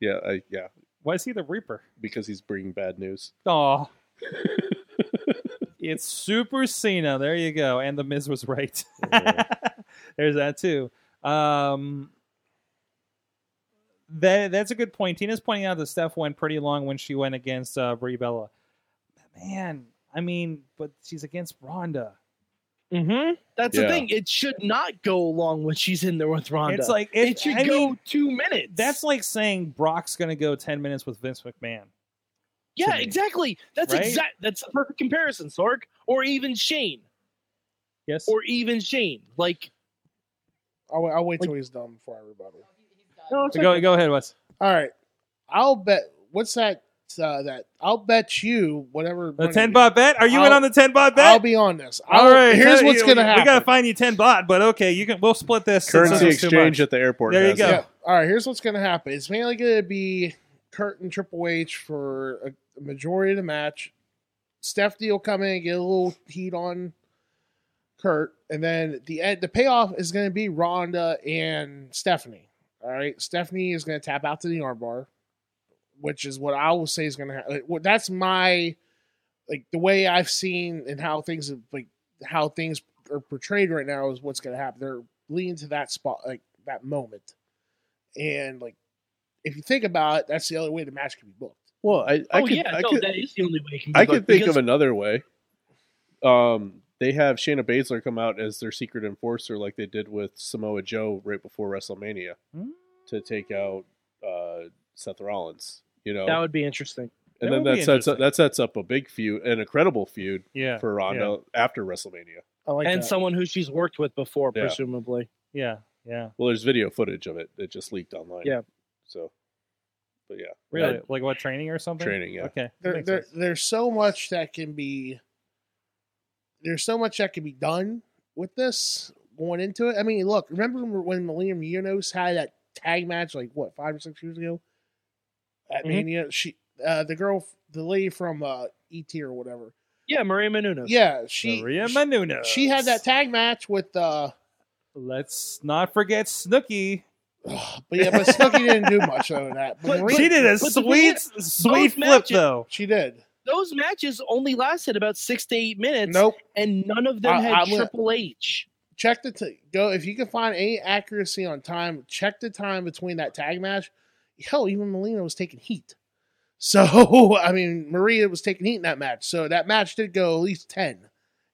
Speaker 4: Yeah, I, yeah,
Speaker 2: Why is he the Reaper?
Speaker 4: because he's bringing bad news.
Speaker 2: Oh. it's Super Cena. There you go. And the Miz was right. There's that too. Um that that's a good point. Tina's pointing out that Steph went pretty long when she went against uh Brie Bella. Man, I mean, but she's against Ronda.
Speaker 7: Mm-hmm. That's the
Speaker 4: Yeah.
Speaker 7: thing. It should not go along when she's in there with Ronda.
Speaker 2: It's like
Speaker 7: it should
Speaker 2: I
Speaker 7: go
Speaker 2: mean,
Speaker 7: two minutes.
Speaker 2: that's like saying Brock's gonna go ten minutes with Vince McMahon.
Speaker 7: yeah,
Speaker 2: me,
Speaker 7: exactly. That's
Speaker 2: right?
Speaker 7: exact. That's the perfect comparison, Sorg, or even Shane,
Speaker 2: Yes.
Speaker 7: or even Shane. Like
Speaker 5: I'll, I'll wait till he's done before I rebuttal.
Speaker 7: no, it's
Speaker 2: go
Speaker 7: okay.
Speaker 2: go ahead, Wes.
Speaker 5: All right, I'll bet. What's that? Uh, that I'll bet you whatever.
Speaker 2: The
Speaker 5: money-
Speaker 2: ten bot bet? Are you in
Speaker 5: I'll-
Speaker 2: on the ten bot bet?
Speaker 5: I'll be on this. I'll, Here's
Speaker 2: so
Speaker 5: what's
Speaker 2: you-
Speaker 5: gonna happen.
Speaker 2: We gotta find you ten bot, but okay, you can. We'll split this. since
Speaker 4: Currency
Speaker 2: this is too
Speaker 4: exchange
Speaker 2: much.
Speaker 4: at the airport.
Speaker 2: There you
Speaker 4: has
Speaker 2: go.
Speaker 4: it.
Speaker 5: Yeah. All right. Here's what's going to happen. It's mainly going to be Kurt and Triple H for a a majority of the match. Steph D will come in and get a little heat on Kurt, and then the end, the payoff is going to be Ronda and Stephanie. All right. Stephanie is going to tap out to the armbar, which is what I will say is going to happen. that's my like the way I've seen and how things have, like how things are portrayed right now is what's going to happen. They're leaning to that spot, like that moment. And like, if you think about it, that's the only way the match can be booked.
Speaker 4: Well, I, I
Speaker 7: oh
Speaker 4: could,
Speaker 7: yeah,
Speaker 4: I
Speaker 7: no,
Speaker 4: could,
Speaker 7: that is the only way. It can be
Speaker 4: I could
Speaker 7: booked,
Speaker 4: think
Speaker 7: because-
Speaker 4: of another way. Um, they have Shayna Baszler come out as their secret enforcer, like they did with Samoa Joe right before WrestleMania,
Speaker 2: Hmm.
Speaker 4: to take out uh, Seth Rollins. You know,
Speaker 7: that would be interesting.
Speaker 2: that
Speaker 4: and then
Speaker 2: would be
Speaker 4: that sets up,
Speaker 2: interesting.
Speaker 4: that sets up a big feud, an incredible feud
Speaker 2: Yeah,
Speaker 4: for Ronda after WrestleMania.
Speaker 5: I like
Speaker 7: and
Speaker 5: that.
Speaker 7: someone who she's worked with before,
Speaker 4: Yeah.
Speaker 7: presumably.
Speaker 2: yeah, yeah.
Speaker 4: Well, there's video footage of it that just leaked online.
Speaker 7: Yeah.
Speaker 4: So, but yeah,
Speaker 2: Really, like what training or something?
Speaker 4: Training, yeah.
Speaker 2: Okay, that
Speaker 5: there,
Speaker 2: makes
Speaker 5: there,
Speaker 2: sense.
Speaker 5: there's so much that can be there's so much that can be done with this going into it. I mean, look, remember when Melina Munoz had that tag match like what five or six years ago at
Speaker 7: Mhm.
Speaker 5: Mania? She, uh, the girl, the lady from uh, ET or whatever.
Speaker 7: Yeah, Maria Menounos.
Speaker 5: Yeah, she
Speaker 2: Maria
Speaker 5: she,
Speaker 2: Menounos.
Speaker 5: she had that tag match with. Uh,
Speaker 2: Let's not forget Snooki.
Speaker 5: but yeah, but Snooki didn't do much out of that. But
Speaker 7: But
Speaker 5: Maria,
Speaker 2: She did a
Speaker 7: but the
Speaker 2: sweet, sweet
Speaker 7: both
Speaker 2: flip
Speaker 7: matches-
Speaker 2: though.
Speaker 5: She did.
Speaker 7: Those matches only lasted about six to eight minutes,
Speaker 5: Nope.
Speaker 7: and none of them
Speaker 5: I-
Speaker 7: had
Speaker 5: I'm gonna-
Speaker 7: Triple H.
Speaker 5: check the t- go if you can find any accuracy on time. Check the time between that tag match. Hell, even Molina was taking heat. So I mean, Maria was taking heat in that match. So that match did go at least ten,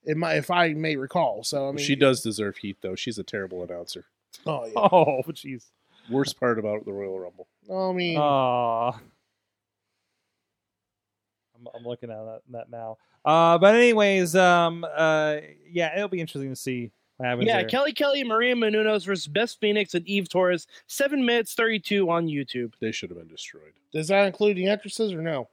Speaker 5: in my, if I may recall. So I mean,
Speaker 4: she does deserve heat though. She's a terrible announcer.
Speaker 5: Oh yeah.
Speaker 2: Oh, jeez.
Speaker 4: Worst part about the Royal Rumble.
Speaker 5: I mean,
Speaker 2: Uh, Aw. I'm, I'm looking at that, that now. Uh, but anyways, um, uh, yeah, it'll be interesting to see what happens.
Speaker 7: Yeah,
Speaker 2: there.
Speaker 7: Kelly Kelly, Maria Menounos versus Beth Phoenix and Eve Torres, seven minutes thirty-two on YouTube.
Speaker 4: They should have been destroyed.
Speaker 5: does that include the entrances or no?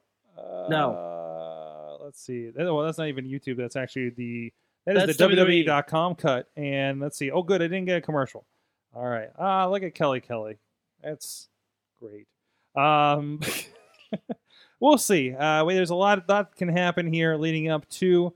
Speaker 2: Uh, let's see. That- Well, that's not even YouTube. That's actually the that is
Speaker 7: That's
Speaker 2: the
Speaker 5: E.
Speaker 7: WWE.
Speaker 2: WWE.com cut. And let's see. Oh, good. I didn't get a commercial. All right. Ah, look at Kelly Kelly. That's great. Um, we'll see. Uh, wait, there's a lot that can happen here leading up to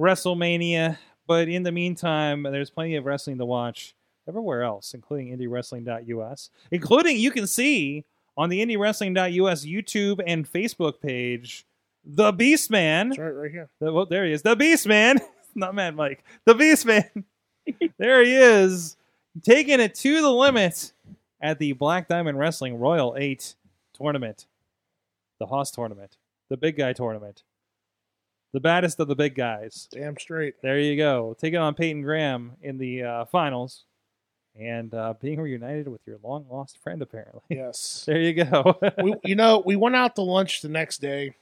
Speaker 2: WrestleMania. But in the meantime, there's plenty of wrestling to watch everywhere else, including IndieWrestling.us, including you can see on the IndieWrestling.us YouTube and Facebook page, the Beastman.
Speaker 5: It's right, right here.
Speaker 2: The, well, there he is. The Beast Man. Not Mad Mike. The Beast Man. there he is. Taking it to the limit at the Black Diamond Wrestling Royal 8 tournament. The Haas tournament. The big guy tournament. The baddest of the big guys.
Speaker 5: Damn straight.
Speaker 2: There you go. Taking on Peyton Graham in the uh, finals and uh, being reunited with your long lost friend, apparently.
Speaker 5: Yes.
Speaker 2: There you go.
Speaker 5: we, you know, we went out to lunch the next day.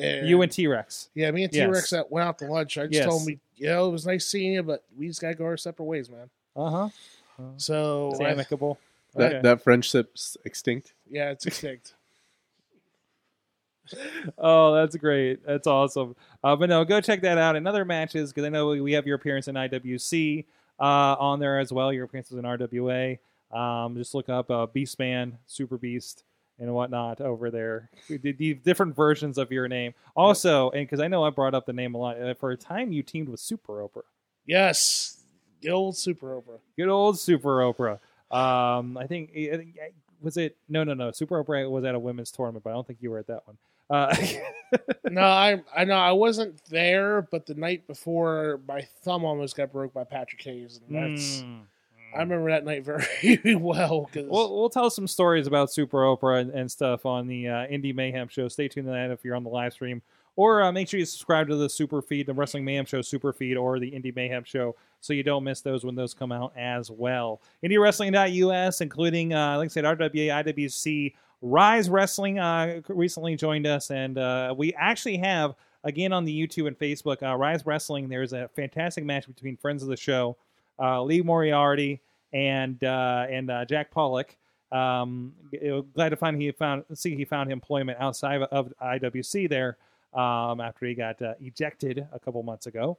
Speaker 5: And
Speaker 2: you and T Rex.
Speaker 5: yeah, me and T
Speaker 2: Yes.
Speaker 5: Rex went out to lunch. I just
Speaker 2: Yes.
Speaker 5: told me, yeah, it was nice seeing you, but we just gotta go our separate ways, man.
Speaker 2: Uh huh.
Speaker 5: So
Speaker 2: It's
Speaker 5: I-
Speaker 2: amicable.
Speaker 4: That
Speaker 2: Okay.
Speaker 4: that friendship's extinct.
Speaker 5: Yeah, it's extinct.
Speaker 2: Oh, that's great. That's awesome. Uh, but no, go check that out. And other matches, because I know we have your appearance in IWC uh, on there as well. Your appearances in RWA. Um, just look up uh, Beastman, Super Beast, and whatnot over there. We did the different versions of your name. Also, and because I know I brought up the name a lot, uh, for a time you teamed with Super Oprah.
Speaker 5: yes, the old Super Oprah.
Speaker 2: Good old Super Oprah. Um, I think I think- I- was it no no no Super Oprah was at a women's tournament, but I don't think you were at that one. Uh,
Speaker 5: No, I I know I wasn't there, but the night before my thumb almost got broke by Patrick Hayes, and that's
Speaker 2: mm.
Speaker 8: Hmm.
Speaker 5: I remember that night very well because
Speaker 2: We'll, we'll tell some stories about Super Oprah and, and stuff on the uh, Indie Mayhem show. Stay tuned to that if you're on the live stream. Or uh, make sure you subscribe to the Super Feed, the Wrestling Mayhem Show Super Feed, or the Indie Mayhem Show so you don't miss those when those come out as well. IndieWrestling.us, including, uh, like I said, RWA, IWC, Rise Wrestling uh, recently joined us. And uh, we actually have, again, on the YouTube and Facebook, uh, Rise Wrestling, there's a fantastic match between friends of the show, uh, Lee Moriarty and uh, and uh, Jack Pollock. Um, it was glad to find he found see he found employment outside of IWC there um, after he got uh, ejected a couple months ago.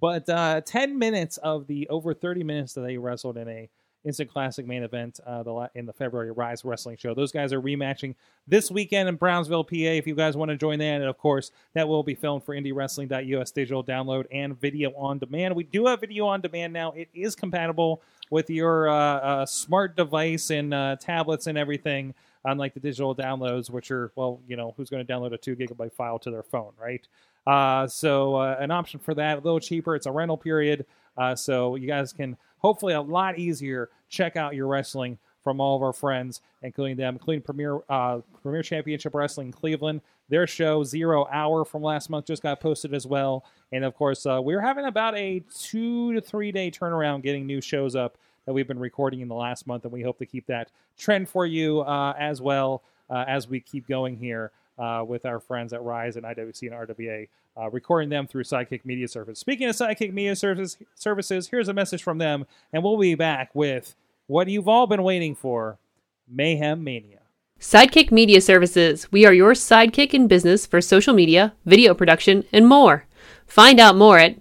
Speaker 2: But uh, ten minutes of the over thirty minutes that they wrestled in a instant classic main event uh, the la- in the February Rise Wrestling show. Those guys are rematching this weekend in Brownsville, PA. If you guys want to join that, and of course that will be filmed for IndieWrestling.us digital download and video on demand. We do have video on demand now. It is compatible with your uh, uh, smart device and uh, tablets and everything, unlike the digital downloads, which are, well, you know, who's going to download a two gigabyte file to their phone, right? Uh, so, uh, an option for that, a little cheaper. It's a rental period. Uh, so, you guys can hopefully a lot easier check out your wrestling from all of our friends, including them, including Premier, uh, Premier Championship Wrestling Cleveland. Their show, Zero Hour, from last month just got posted as well. And of course, uh, we're having about a two to three day turnaround getting new shows up that we've been recording in the last month, and we hope to keep that trend for you uh, as well uh, as we keep going here uh, with our friends at Rise and IWC and RWA, uh, recording them through Sidekick Media Service. Speaking of Sidekick Media Service services, here's a message from them, and we'll be back with what you've all been waiting for: Mayhem Mania.
Speaker 9: Sidekick Media Services. We are your sidekick in business for social media, video production, and more. Find out more at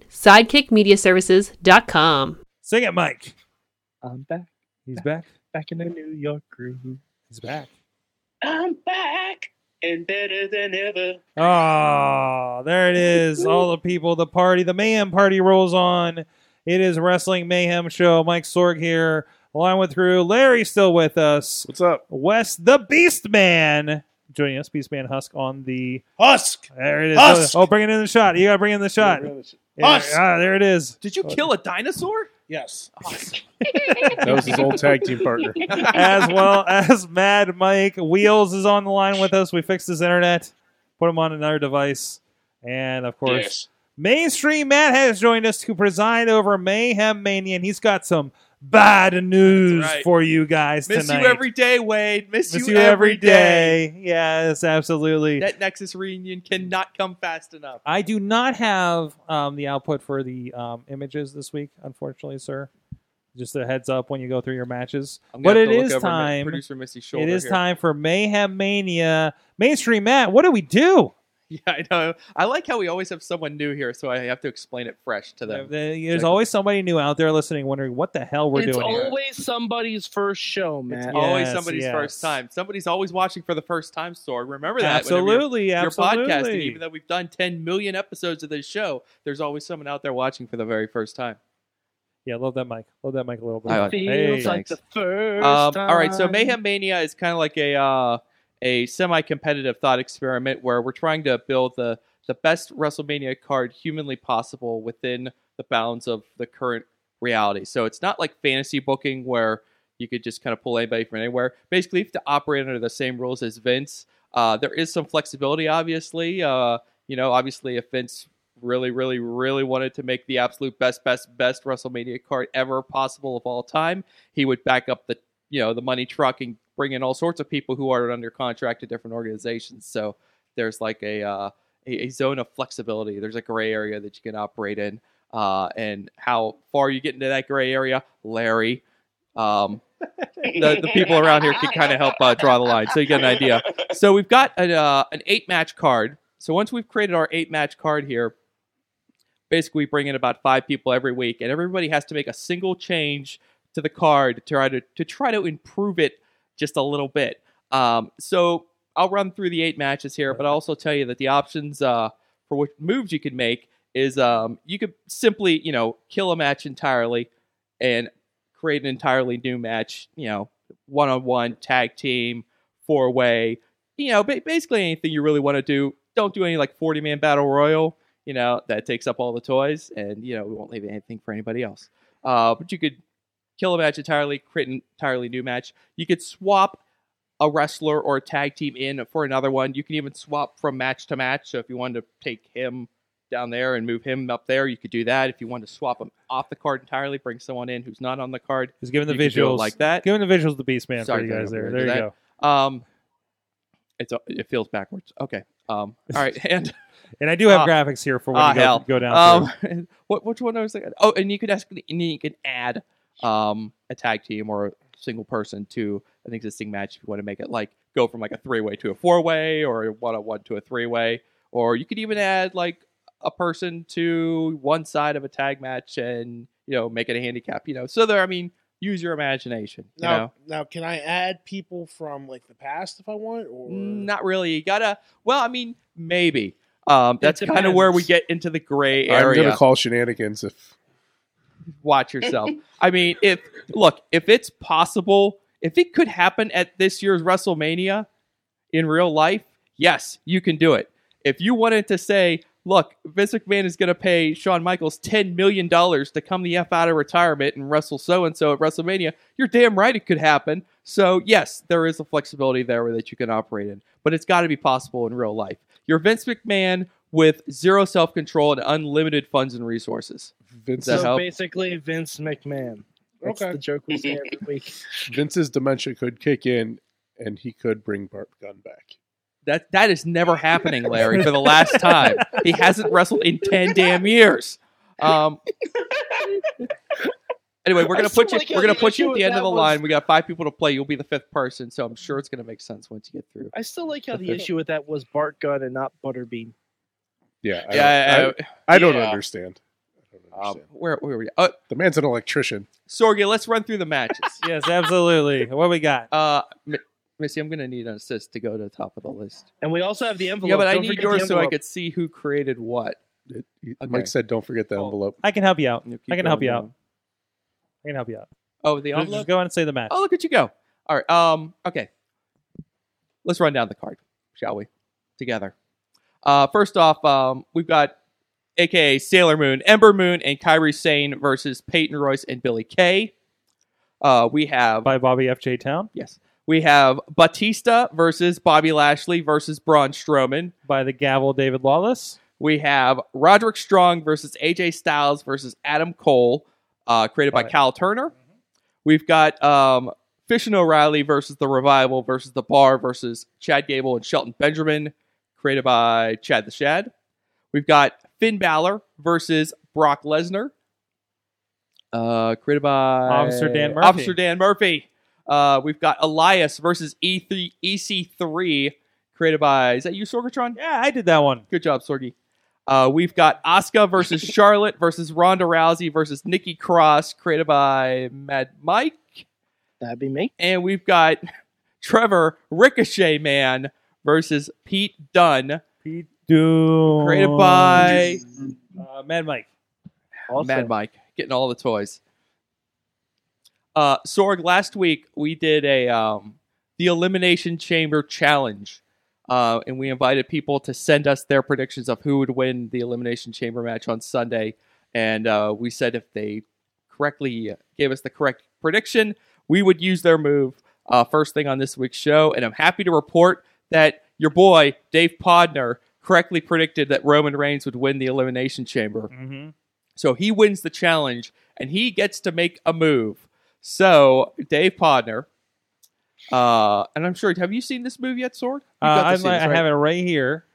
Speaker 9: sidekickmediaservices.com.
Speaker 2: Sing it, Mike.
Speaker 7: I'm back,
Speaker 2: He's back.
Speaker 7: back in the New York groove.
Speaker 2: He's back.
Speaker 7: I'm back and better than ever.
Speaker 2: Oh, there it is. All the people, the party, the mayhem party rolls on. It is Wrestling Mayhem Show. Mike Sorg here, along with crew. Larry's still with us.
Speaker 4: What's up?
Speaker 2: Wes the Beast Man joining us, Beast Man Husk on the.
Speaker 5: Husk.
Speaker 2: There it is.
Speaker 5: Husk!
Speaker 2: Oh, bring it in the shot. You got to bring in the shot. Yeah,
Speaker 5: Husk!
Speaker 2: Ah, there it is.
Speaker 8: Did you kill a dinosaur?
Speaker 5: Yes.
Speaker 4: That was his old tag team partner.
Speaker 2: as well as Mad Mike. Wheels is on the line with us. We fixed his internet, put him on another device, and of course, Mainstream Matt has joined us to preside over Mayhem Mania, and he's got some bad news
Speaker 8: That's right.
Speaker 2: for you guys
Speaker 8: Miss
Speaker 2: tonight.
Speaker 8: you every day, Wade. Miss,
Speaker 2: Miss you every day. Yes, absolutely.
Speaker 8: That Nexus reunion cannot come fast enough.
Speaker 2: I do not have um, the output for the um, images this week, unfortunately, sir. Just a heads up when you go through your matches.
Speaker 8: I'm
Speaker 2: But
Speaker 8: gonna have
Speaker 2: it
Speaker 8: to look
Speaker 2: is
Speaker 8: over Mi-
Speaker 2: time.
Speaker 8: Producer Missy's shoulder.
Speaker 2: It is
Speaker 8: here.
Speaker 2: time for Mayhem Mania. Mainstream Matt, what do we do?
Speaker 8: Yeah, I know. I like how we always have someone new here, so I have to explain it fresh to them.
Speaker 2: There's always somebody new out there listening, wondering what the hell we're
Speaker 7: it's
Speaker 2: doing. here.
Speaker 7: always somebody's first show, man.
Speaker 2: It's
Speaker 8: Always
Speaker 2: Yes,
Speaker 8: somebody's
Speaker 2: yes.
Speaker 8: first time. Somebody's always watching for the first time. Sorg, remember that. whenever
Speaker 2: absolutely,
Speaker 8: You're, you're
Speaker 2: absolutely.
Speaker 8: podcasting, even though we've done 10 million episodes of this show. There's always someone out there watching for the very first time.
Speaker 2: Yeah, love that mic. Love that mic a little bit.
Speaker 8: I
Speaker 7: It
Speaker 8: like-
Speaker 7: feels
Speaker 2: Hey.
Speaker 7: like the first
Speaker 8: Um, all right, so
Speaker 7: time.
Speaker 8: Mayhem Mania is kind of like a uh, a semi-competitive thought experiment where we're trying to build the the best WrestleMania card humanly possible within the bounds of the current reality. So it's not like fantasy booking where you could just kind of pull anybody from anywhere. Basically, you have to operate under the same rules as Vince. Uh, there is some flexibility, obviously. Uh, you know, obviously, if Vince really, really, really wanted to make the absolute best, best, best WrestleMania card ever possible of all time, he would back up the you know the money truck and bring in all sorts of people who are under contract to different organizations. So there's like a uh, a, a zone of flexibility. There's a gray area that you can operate in, uh, and how far you get into that gray area, Larry, um, the, the people around here can kind of help uh, draw the line so you get an idea. So we've got an, uh, an eight match card. So once we've created our eight match card here, basically we bring in about five people every week, and everybody has to make a single change to the card to try to, to try to improve it just a little bit. Um, so I'll run through the eight matches here, but I'll also tell you that the options uh, for what moves you could make is um, you could simply, you know, kill a match entirely and create an entirely new match, you know, one on one, tag team, four way, you know, ba- basically anything you really want to do. Don't do any like 40 man battle royal, you know, that takes up all the toys and, you know, we won't leave anything for anybody else. Uh, but you could kill a match entirely, create an entirely new match. You could swap a wrestler or a tag team in for another one. You can even swap from match to match. So if you wanted to take him down there and move him up there, you could do that. If you wanted to swap him off the card entirely, bring someone in who's not on the card,
Speaker 2: He's giving the
Speaker 8: you could do it
Speaker 2: visuals
Speaker 8: like that.
Speaker 2: Giving the visuals the Beast Man
Speaker 8: Sorry
Speaker 2: for you
Speaker 8: to
Speaker 2: guys there.
Speaker 8: interrupt
Speaker 2: There
Speaker 8: you.
Speaker 2: you
Speaker 8: Did
Speaker 2: go.
Speaker 8: Um, it's it feels backwards. Okay. Um, all right, and
Speaker 2: And I do have
Speaker 8: Ah.
Speaker 2: graphics here for when
Speaker 8: Ah,
Speaker 2: you go,
Speaker 8: hell.
Speaker 2: go down. through.
Speaker 8: um, what which one I was thinking? Oh, and you could ask, and you can add um a tag team or a single person to an existing match if you want to make it like go from like a three way to a four way or a one on one to a three way, or you could even add like a person to one side of a tag match and you know make it a handicap. You know, so there. I mean, use your imagination. You know?
Speaker 5: Now, now, can I add people from like the past if I want, or
Speaker 8: Not really. You gotta. Well, I mean, maybe. Um, that's kind of
Speaker 7: depends.
Speaker 8: where we get into the gray
Speaker 4: I'm
Speaker 8: area.
Speaker 4: gonna call shenanigans if
Speaker 8: Watch yourself. I mean, if look, if it's possible, if it could happen at this year's WrestleMania in real life, yes, you can do it. If you wanted to say, look, Vince McMahon is gonna pay Shawn Michaels ten million dollars to come the f out of retirement and wrestle so and so at WrestleMania, you're damn right it could happen. So yes, there is a flexibility there that you can operate in, but it's got to be possible in real life. You're Vince McMahon with zero self control and unlimited funds and resources.
Speaker 4: Vince
Speaker 8: Does that
Speaker 7: so
Speaker 8: help?
Speaker 7: basically, Vince McMahon. That's
Speaker 5: Okay.
Speaker 7: the joke we say every week.
Speaker 4: Vince's dementia could kick in and he could bring Bart Gunn back.
Speaker 8: That that is never happening, Larry. For the last time, he hasn't wrestled in ten damn years. Um. Anyway, we're
Speaker 7: I
Speaker 8: gonna
Speaker 7: still
Speaker 8: put you.
Speaker 7: like how
Speaker 8: We're gonna
Speaker 7: the
Speaker 8: put you
Speaker 7: issue
Speaker 8: at
Speaker 7: with
Speaker 8: the end of
Speaker 7: that
Speaker 8: the
Speaker 7: was-
Speaker 8: line. We got five people to play. You'll be the fifth person, so I'm sure it's gonna make sense once you get through.
Speaker 7: I still like how the issue with that was Bart Gunn and not Butterbean.
Speaker 4: Yeah, I
Speaker 8: yeah.
Speaker 4: don't, I, I don't
Speaker 7: yeah.
Speaker 4: understand. I don't
Speaker 8: I- um,
Speaker 4: understand.
Speaker 8: where where were we? Uh,
Speaker 4: the man's an electrician.
Speaker 8: Sorgia, let's run through the matches.
Speaker 2: yes, absolutely. What we got?
Speaker 8: Uh, M- Missy, I'm gonna need an assist to go to the top of the list.
Speaker 7: And we also have the envelope.
Speaker 8: yeah, but I
Speaker 7: Don't
Speaker 8: need
Speaker 7: forget
Speaker 8: yours
Speaker 7: the
Speaker 8: so I
Speaker 7: envelope.
Speaker 8: could see who created what.
Speaker 4: It- he-
Speaker 8: Okay.
Speaker 4: Mike said, "Don't forget the
Speaker 2: Oh.
Speaker 4: envelope."
Speaker 2: I can help you out.
Speaker 8: You keep
Speaker 2: I can help
Speaker 8: going
Speaker 2: you out.
Speaker 8: down.
Speaker 2: I can help you out.
Speaker 8: Oh, the
Speaker 2: Just,
Speaker 8: envelope.
Speaker 2: just go on and say the match.
Speaker 8: Oh, look at you go. All right. Um, okay. Let's run down the card, shall we? Together. Uh, first off, um, we've got AKA Sailor Moon, Ember Moon, and Kyrie Sane versus Peyton Royce and Billy Kay. Uh, we have
Speaker 2: By Bobby F.J. Town.
Speaker 8: yes, we have Batista versus Bobby Lashley versus Braun Strowman.
Speaker 2: By the gavel, David Lawless.
Speaker 8: We have Roderick Strong versus AJ Styles versus Adam Cole, uh, created by
Speaker 2: Got it.
Speaker 8: Cal Turner. We've got um, Fish and O'Reilly versus The Revival versus The Bar versus Chad Gable and Shelton Benjamin, created by Chad the Shad. We've got Finn Balor versus Brock Lesnar, uh, created by
Speaker 2: Officer Dan Murphy.
Speaker 8: Officer Dan Murphy. Uh, we've got Elias versus E E3, EC3, created by, is that you, Sorgatron?
Speaker 2: Yeah, I did that one.
Speaker 8: Good job, Sorgi. Uh, we've got Asuka versus Charlotte versus Ronda Rousey versus Nikki Cross, created by Mad Mike.
Speaker 7: That'd be me.
Speaker 8: And we've got Trevor Ricochet Man versus Pete Dunn,
Speaker 2: Pete Doom.
Speaker 8: created by
Speaker 2: uh, Mad Mike.
Speaker 7: Also,
Speaker 8: Mad Mike, getting all the toys. Uh, Sorg, last week we did a um, the Elimination Chamber challenge, uh, and we invited people to send us their predictions of who would win the Elimination Chamber match on Sunday. And uh, we said if they correctly gave us the correct prediction, we would use their move uh, first thing on this week's show. And I'm happy to report that your boy Dave Podner correctly predicted that Roman Reigns would win the Elimination Chamber.
Speaker 2: Mm-hmm.
Speaker 8: So he wins the challenge and he gets to make a move. So Dave Podner, uh, and I'm sure have you seen this move yet, Sword?
Speaker 2: Uh,
Speaker 8: You've got to
Speaker 2: I'm
Speaker 8: see
Speaker 2: like-
Speaker 8: this,
Speaker 2: I
Speaker 8: right?
Speaker 2: have it right here.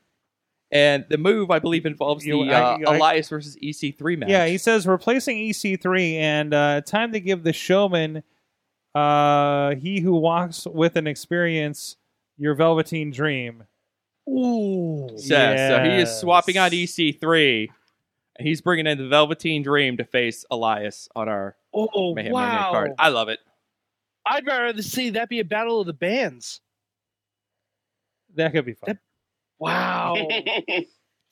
Speaker 8: And the move I believe involves
Speaker 2: You-
Speaker 8: the
Speaker 2: I-
Speaker 8: uh,
Speaker 2: I- E
Speaker 8: Elias versus EC3 match.
Speaker 2: Yeah, he says replacing EC3 and uh, time to give the showman Uh, he who walks with an experience, your Velveteen Dream.
Speaker 5: Ooh.
Speaker 8: says. So he is swapping out E
Speaker 2: Yes.
Speaker 8: EC3. And he's bringing in the Velveteen Dream to face Elias on our
Speaker 7: Oh
Speaker 8: Mayhem Mania
Speaker 7: wow!
Speaker 8: card. I love it.
Speaker 7: I'd rather see that be a battle of the bands.
Speaker 2: That could be fun.
Speaker 7: Wow,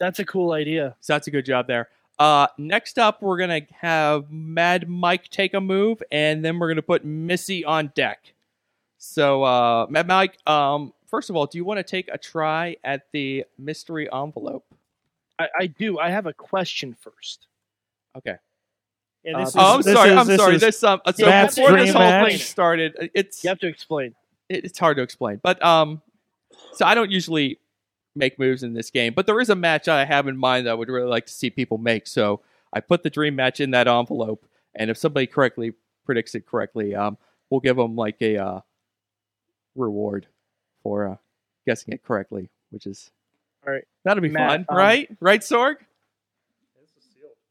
Speaker 7: that's a cool idea.
Speaker 8: So that's a good job there. Uh, next up, we're gonna have Mad Mike take a move, and then we're gonna put Missy on deck. So, uh, Mad Mike, um, first of all, do you want to take a try at the mystery envelope?
Speaker 7: I, I do. I have a question first.
Speaker 8: Okay.
Speaker 2: Yeah, this
Speaker 7: Uh,
Speaker 2: is-
Speaker 8: oh, I'm
Speaker 2: this
Speaker 8: sorry.
Speaker 2: is-
Speaker 8: I'm
Speaker 2: this
Speaker 8: sorry.
Speaker 2: is-
Speaker 8: This um. uh, So
Speaker 2: Matt's
Speaker 8: before this
Speaker 2: dream
Speaker 8: whole thing
Speaker 2: match.
Speaker 8: started, uh, it's
Speaker 7: You have to explain.
Speaker 8: it, it's hard to explain. But um, so I don't usually make moves in this game, but there is a match I have in mind that I would really like to see people make. So I put the dream match in that envelope, and if somebody correctly predicts it correctly, um, we'll give them like a uh, reward for uh, guessing it correctly, which is
Speaker 7: All right.
Speaker 8: That'll be
Speaker 7: Matt,
Speaker 8: fun,
Speaker 7: um,
Speaker 8: right? Right, Sorg?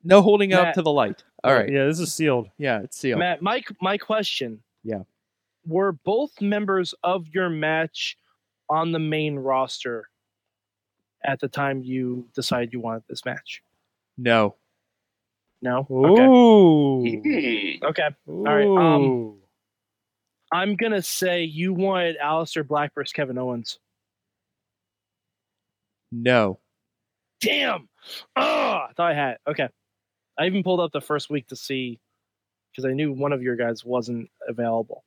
Speaker 8: No holding up
Speaker 7: Matt.
Speaker 8: to the light. All right.
Speaker 2: Yeah, this is sealed.
Speaker 8: Yeah, it's sealed.
Speaker 7: Matt, my my question.
Speaker 8: Yeah.
Speaker 7: Were both members of your match on the main roster at the time you decided you wanted this match?
Speaker 8: No.
Speaker 7: No. Okay.
Speaker 2: Ooh.
Speaker 7: Okay.
Speaker 2: All
Speaker 7: right, um, I'm gonna say you wanted Alistair Black versus Kevin Owens.
Speaker 8: No.
Speaker 7: Damn. Ah, I thought I had. It. Okay. I even pulled up the first week to see because I knew one of your guys wasn't available.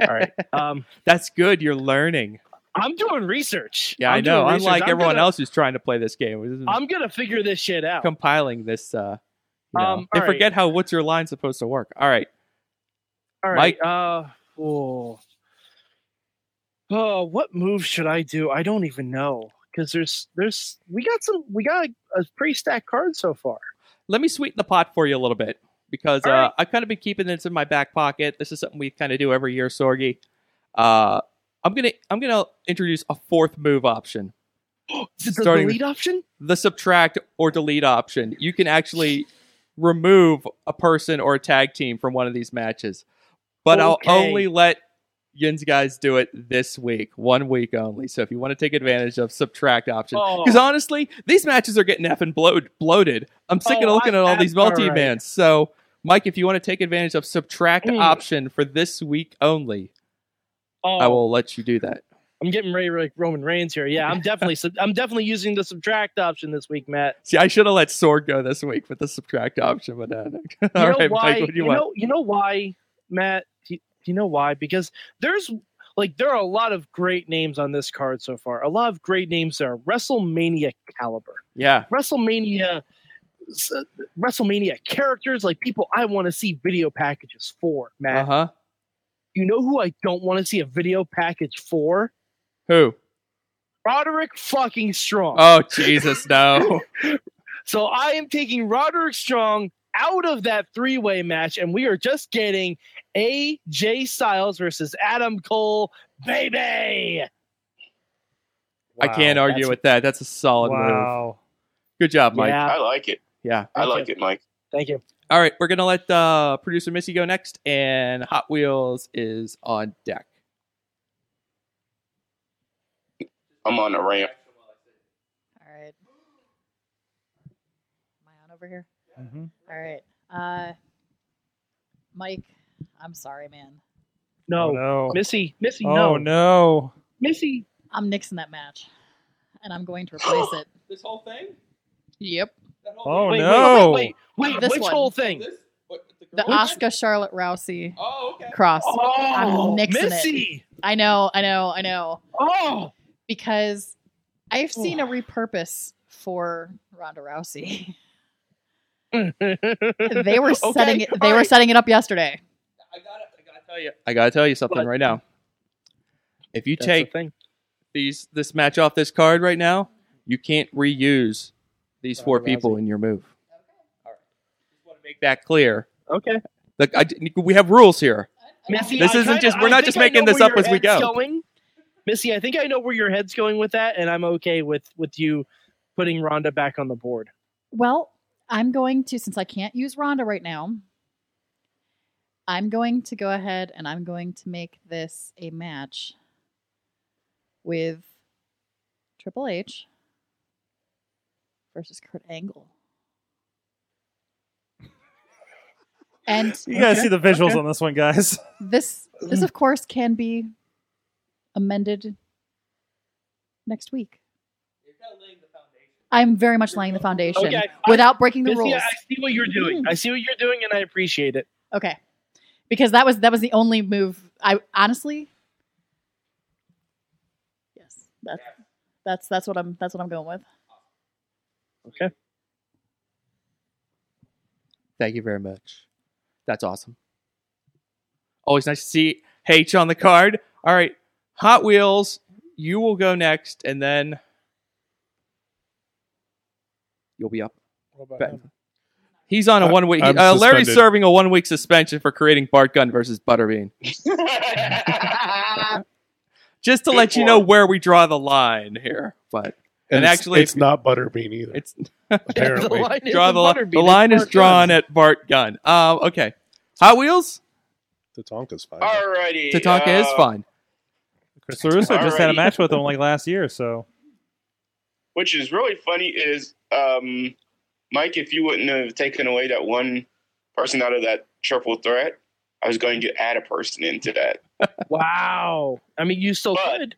Speaker 7: All right. Um,
Speaker 8: That's good. You're learning.
Speaker 7: I'm doing research.
Speaker 8: Yeah,
Speaker 7: I'm
Speaker 8: i know.
Speaker 7: doing research.
Speaker 8: Unlike
Speaker 7: I'm
Speaker 8: everyone
Speaker 7: gonna-
Speaker 8: else who's trying to play this game, This is
Speaker 7: I'm gonna figure this shit out.
Speaker 8: compiling this. Uh, you know,
Speaker 7: Um,
Speaker 8: they
Speaker 7: all right.
Speaker 8: forget how what's your line supposed to work. All right.
Speaker 7: All right. Uh, oh. oh, what move should I do? I don't even know because there's there's we got some we got a, a pretty stacked card so far.
Speaker 8: Let me sweeten the pot for you a little bit because uh,
Speaker 7: All right.
Speaker 8: I've kind of been keeping this in my back pocket. This is something we kind of do every year, Sorgi. Uh, I'm gonna I'm gonna introduce a fourth move option.
Speaker 7: Is it the
Speaker 8: Starting with-
Speaker 7: delete option?
Speaker 8: the subtract or delete option. You can actually remove a person or a tag team from one of these matches. But
Speaker 7: Okay.
Speaker 8: I'll only let Yin's guys do it this week, one week only. So if you want to take advantage of subtract option,
Speaker 7: Oh.
Speaker 8: because honestly, these matches are getting effing bloat- bloated. I'm sick
Speaker 7: Oh,
Speaker 8: of looking
Speaker 7: I-
Speaker 8: at all
Speaker 7: that's
Speaker 8: these multi
Speaker 7: all right.
Speaker 8: bands. So Mike, if you want to take advantage of subtract
Speaker 7: Mm.
Speaker 8: option for this week only,
Speaker 7: Oh,
Speaker 8: I will let you do that.
Speaker 7: I'm getting ready for like Roman Reigns here. Yeah, I'm definitely sub- I'm definitely using the subtract option this week, Matt.
Speaker 8: See, I should have let Sword go this week with the subtract option, but uh,
Speaker 7: You
Speaker 8: all
Speaker 7: know
Speaker 8: right,
Speaker 7: why?
Speaker 8: Mike, what do you,
Speaker 7: you,
Speaker 8: want?
Speaker 7: know you know why, Matt? You, you know why? Because there's like there are a lot of great names on this card so far. A lot of great names that are WrestleMania caliber.
Speaker 8: yeah.
Speaker 7: WrestleMania s- WrestleMania characters, like people I want to see video packages for,
Speaker 8: Uh
Speaker 7: Matt.
Speaker 8: huh.
Speaker 7: You know who I don't want to see a video package for?
Speaker 8: Who?
Speaker 7: Roderick fucking Strong.
Speaker 8: Oh Jesus, no!
Speaker 7: so I am taking Roderick Strong out of that three-way match, and we are just getting AJ Styles versus Adam Cole, baby.
Speaker 8: I can't argue
Speaker 7: That's-
Speaker 8: with that. That's a solid move.
Speaker 2: Wow.
Speaker 8: Good job, Mike. Yeah.
Speaker 7: Yeah,
Speaker 1: I like it. I
Speaker 7: Thank
Speaker 1: like
Speaker 7: you.
Speaker 1: it, Mike.
Speaker 7: Thank you.
Speaker 8: All right, we're gonna let uh, producer Missy go next, and Hot Wheels is on deck.
Speaker 1: I'm on the ramp.
Speaker 6: All right. Am I on over here?
Speaker 2: hmm
Speaker 6: All right. Uh, Mike, I'm sorry, man.
Speaker 2: Oh,
Speaker 7: No,
Speaker 2: no.
Speaker 7: Missy, Missy,
Speaker 2: Oh,
Speaker 7: no.
Speaker 2: no.
Speaker 7: Missy.
Speaker 6: I'm nixing that match, and I'm going to replace it.
Speaker 8: This whole thing?
Speaker 6: Yep.
Speaker 2: Oh,
Speaker 7: wait,
Speaker 2: no.
Speaker 7: Wait, wait, wait,
Speaker 6: This
Speaker 7: which
Speaker 6: one.
Speaker 7: whole thing?
Speaker 6: The Oscar Charlotte Rousey
Speaker 8: Oh, okay.
Speaker 6: cross.
Speaker 7: Oh,
Speaker 6: nixing it.
Speaker 7: Missy.
Speaker 6: I know, I know, I know.
Speaker 7: Oh,
Speaker 6: Because I've seen a repurpose for Ronda Rousey. they were
Speaker 7: Okay,
Speaker 6: setting it. They
Speaker 7: all
Speaker 6: were
Speaker 7: right.
Speaker 6: setting it up yesterday.
Speaker 8: I gotta, I gotta tell you. I gotta tell you something
Speaker 7: What?
Speaker 8: right now. If you
Speaker 7: That's the
Speaker 8: take
Speaker 7: thing.
Speaker 8: these this match off this card right now, you can't reuse these four
Speaker 7: Ronda
Speaker 8: people in your move. All right. Just want to make that clear.
Speaker 7: Okay.
Speaker 8: Look, I, we have rules here.
Speaker 7: Missy,
Speaker 8: This
Speaker 7: I
Speaker 8: isn't
Speaker 7: kinda-
Speaker 8: just- we're
Speaker 7: I
Speaker 8: not
Speaker 7: think
Speaker 8: just
Speaker 7: I
Speaker 8: making
Speaker 7: know
Speaker 8: this
Speaker 7: where
Speaker 8: up
Speaker 7: your
Speaker 8: as we
Speaker 7: head's
Speaker 8: go.
Speaker 7: Going. Missy, I think I know where your head's going with that, and I'm okay with with you putting Rhonda back on the board.
Speaker 6: Well, I'm going to since I can't use Rhonda right now. I'm going to go ahead and I'm going to make this a match with Triple H versus Kurt Angle. And
Speaker 2: You gotta see the visuals on this one, guys.
Speaker 6: this this of course can be amended next week. I'm very much laying the foundation
Speaker 7: Okay, I-
Speaker 6: without breaking the
Speaker 7: This-
Speaker 6: rules.
Speaker 7: yeah, I see what you're doing. I see what you're doing, and I appreciate it.
Speaker 6: Okay. Because that was that was the only move I honestly Yes. That's that's that's what I'm that's what I'm going with.
Speaker 8: Thank you very much. That's awesome. Always nice to see H on the card. All right, Hot Wheels, you will go next, and then you'll be up.
Speaker 5: What about
Speaker 8: But-
Speaker 5: him?
Speaker 8: He's on a
Speaker 4: I-
Speaker 8: one week.
Speaker 4: I'm
Speaker 8: Uh, Larry's
Speaker 4: suspended.
Speaker 8: serving a one week suspension for creating Bart Gunn versus Butterbean. Just to
Speaker 1: Good
Speaker 8: let you
Speaker 1: for
Speaker 8: know
Speaker 1: him.
Speaker 8: where we draw the line here, but And
Speaker 4: it's-
Speaker 8: actually-
Speaker 4: it's not butterbean either.
Speaker 8: it's
Speaker 4: apparently,
Speaker 7: is
Speaker 8: draw the,
Speaker 7: Butterbean,
Speaker 8: li- the
Speaker 7: it's
Speaker 8: line is
Speaker 7: Bart
Speaker 8: drawn
Speaker 7: Gunn.
Speaker 8: at Bart Gunn. Um, okay, Hot Wheels.
Speaker 4: the Tonka's fine.
Speaker 1: Alrighty.
Speaker 8: Tatanka is
Speaker 1: uh,
Speaker 8: fine.
Speaker 2: Chris Russo just had a
Speaker 1: Alrighty.
Speaker 2: match with him like last year, so
Speaker 1: Which is really funny is um, Mike, if you wouldn't have taken away that one person out of that triple threat, I was going to add a person into that.
Speaker 7: Wow. I mean, you still
Speaker 1: But-
Speaker 7: could.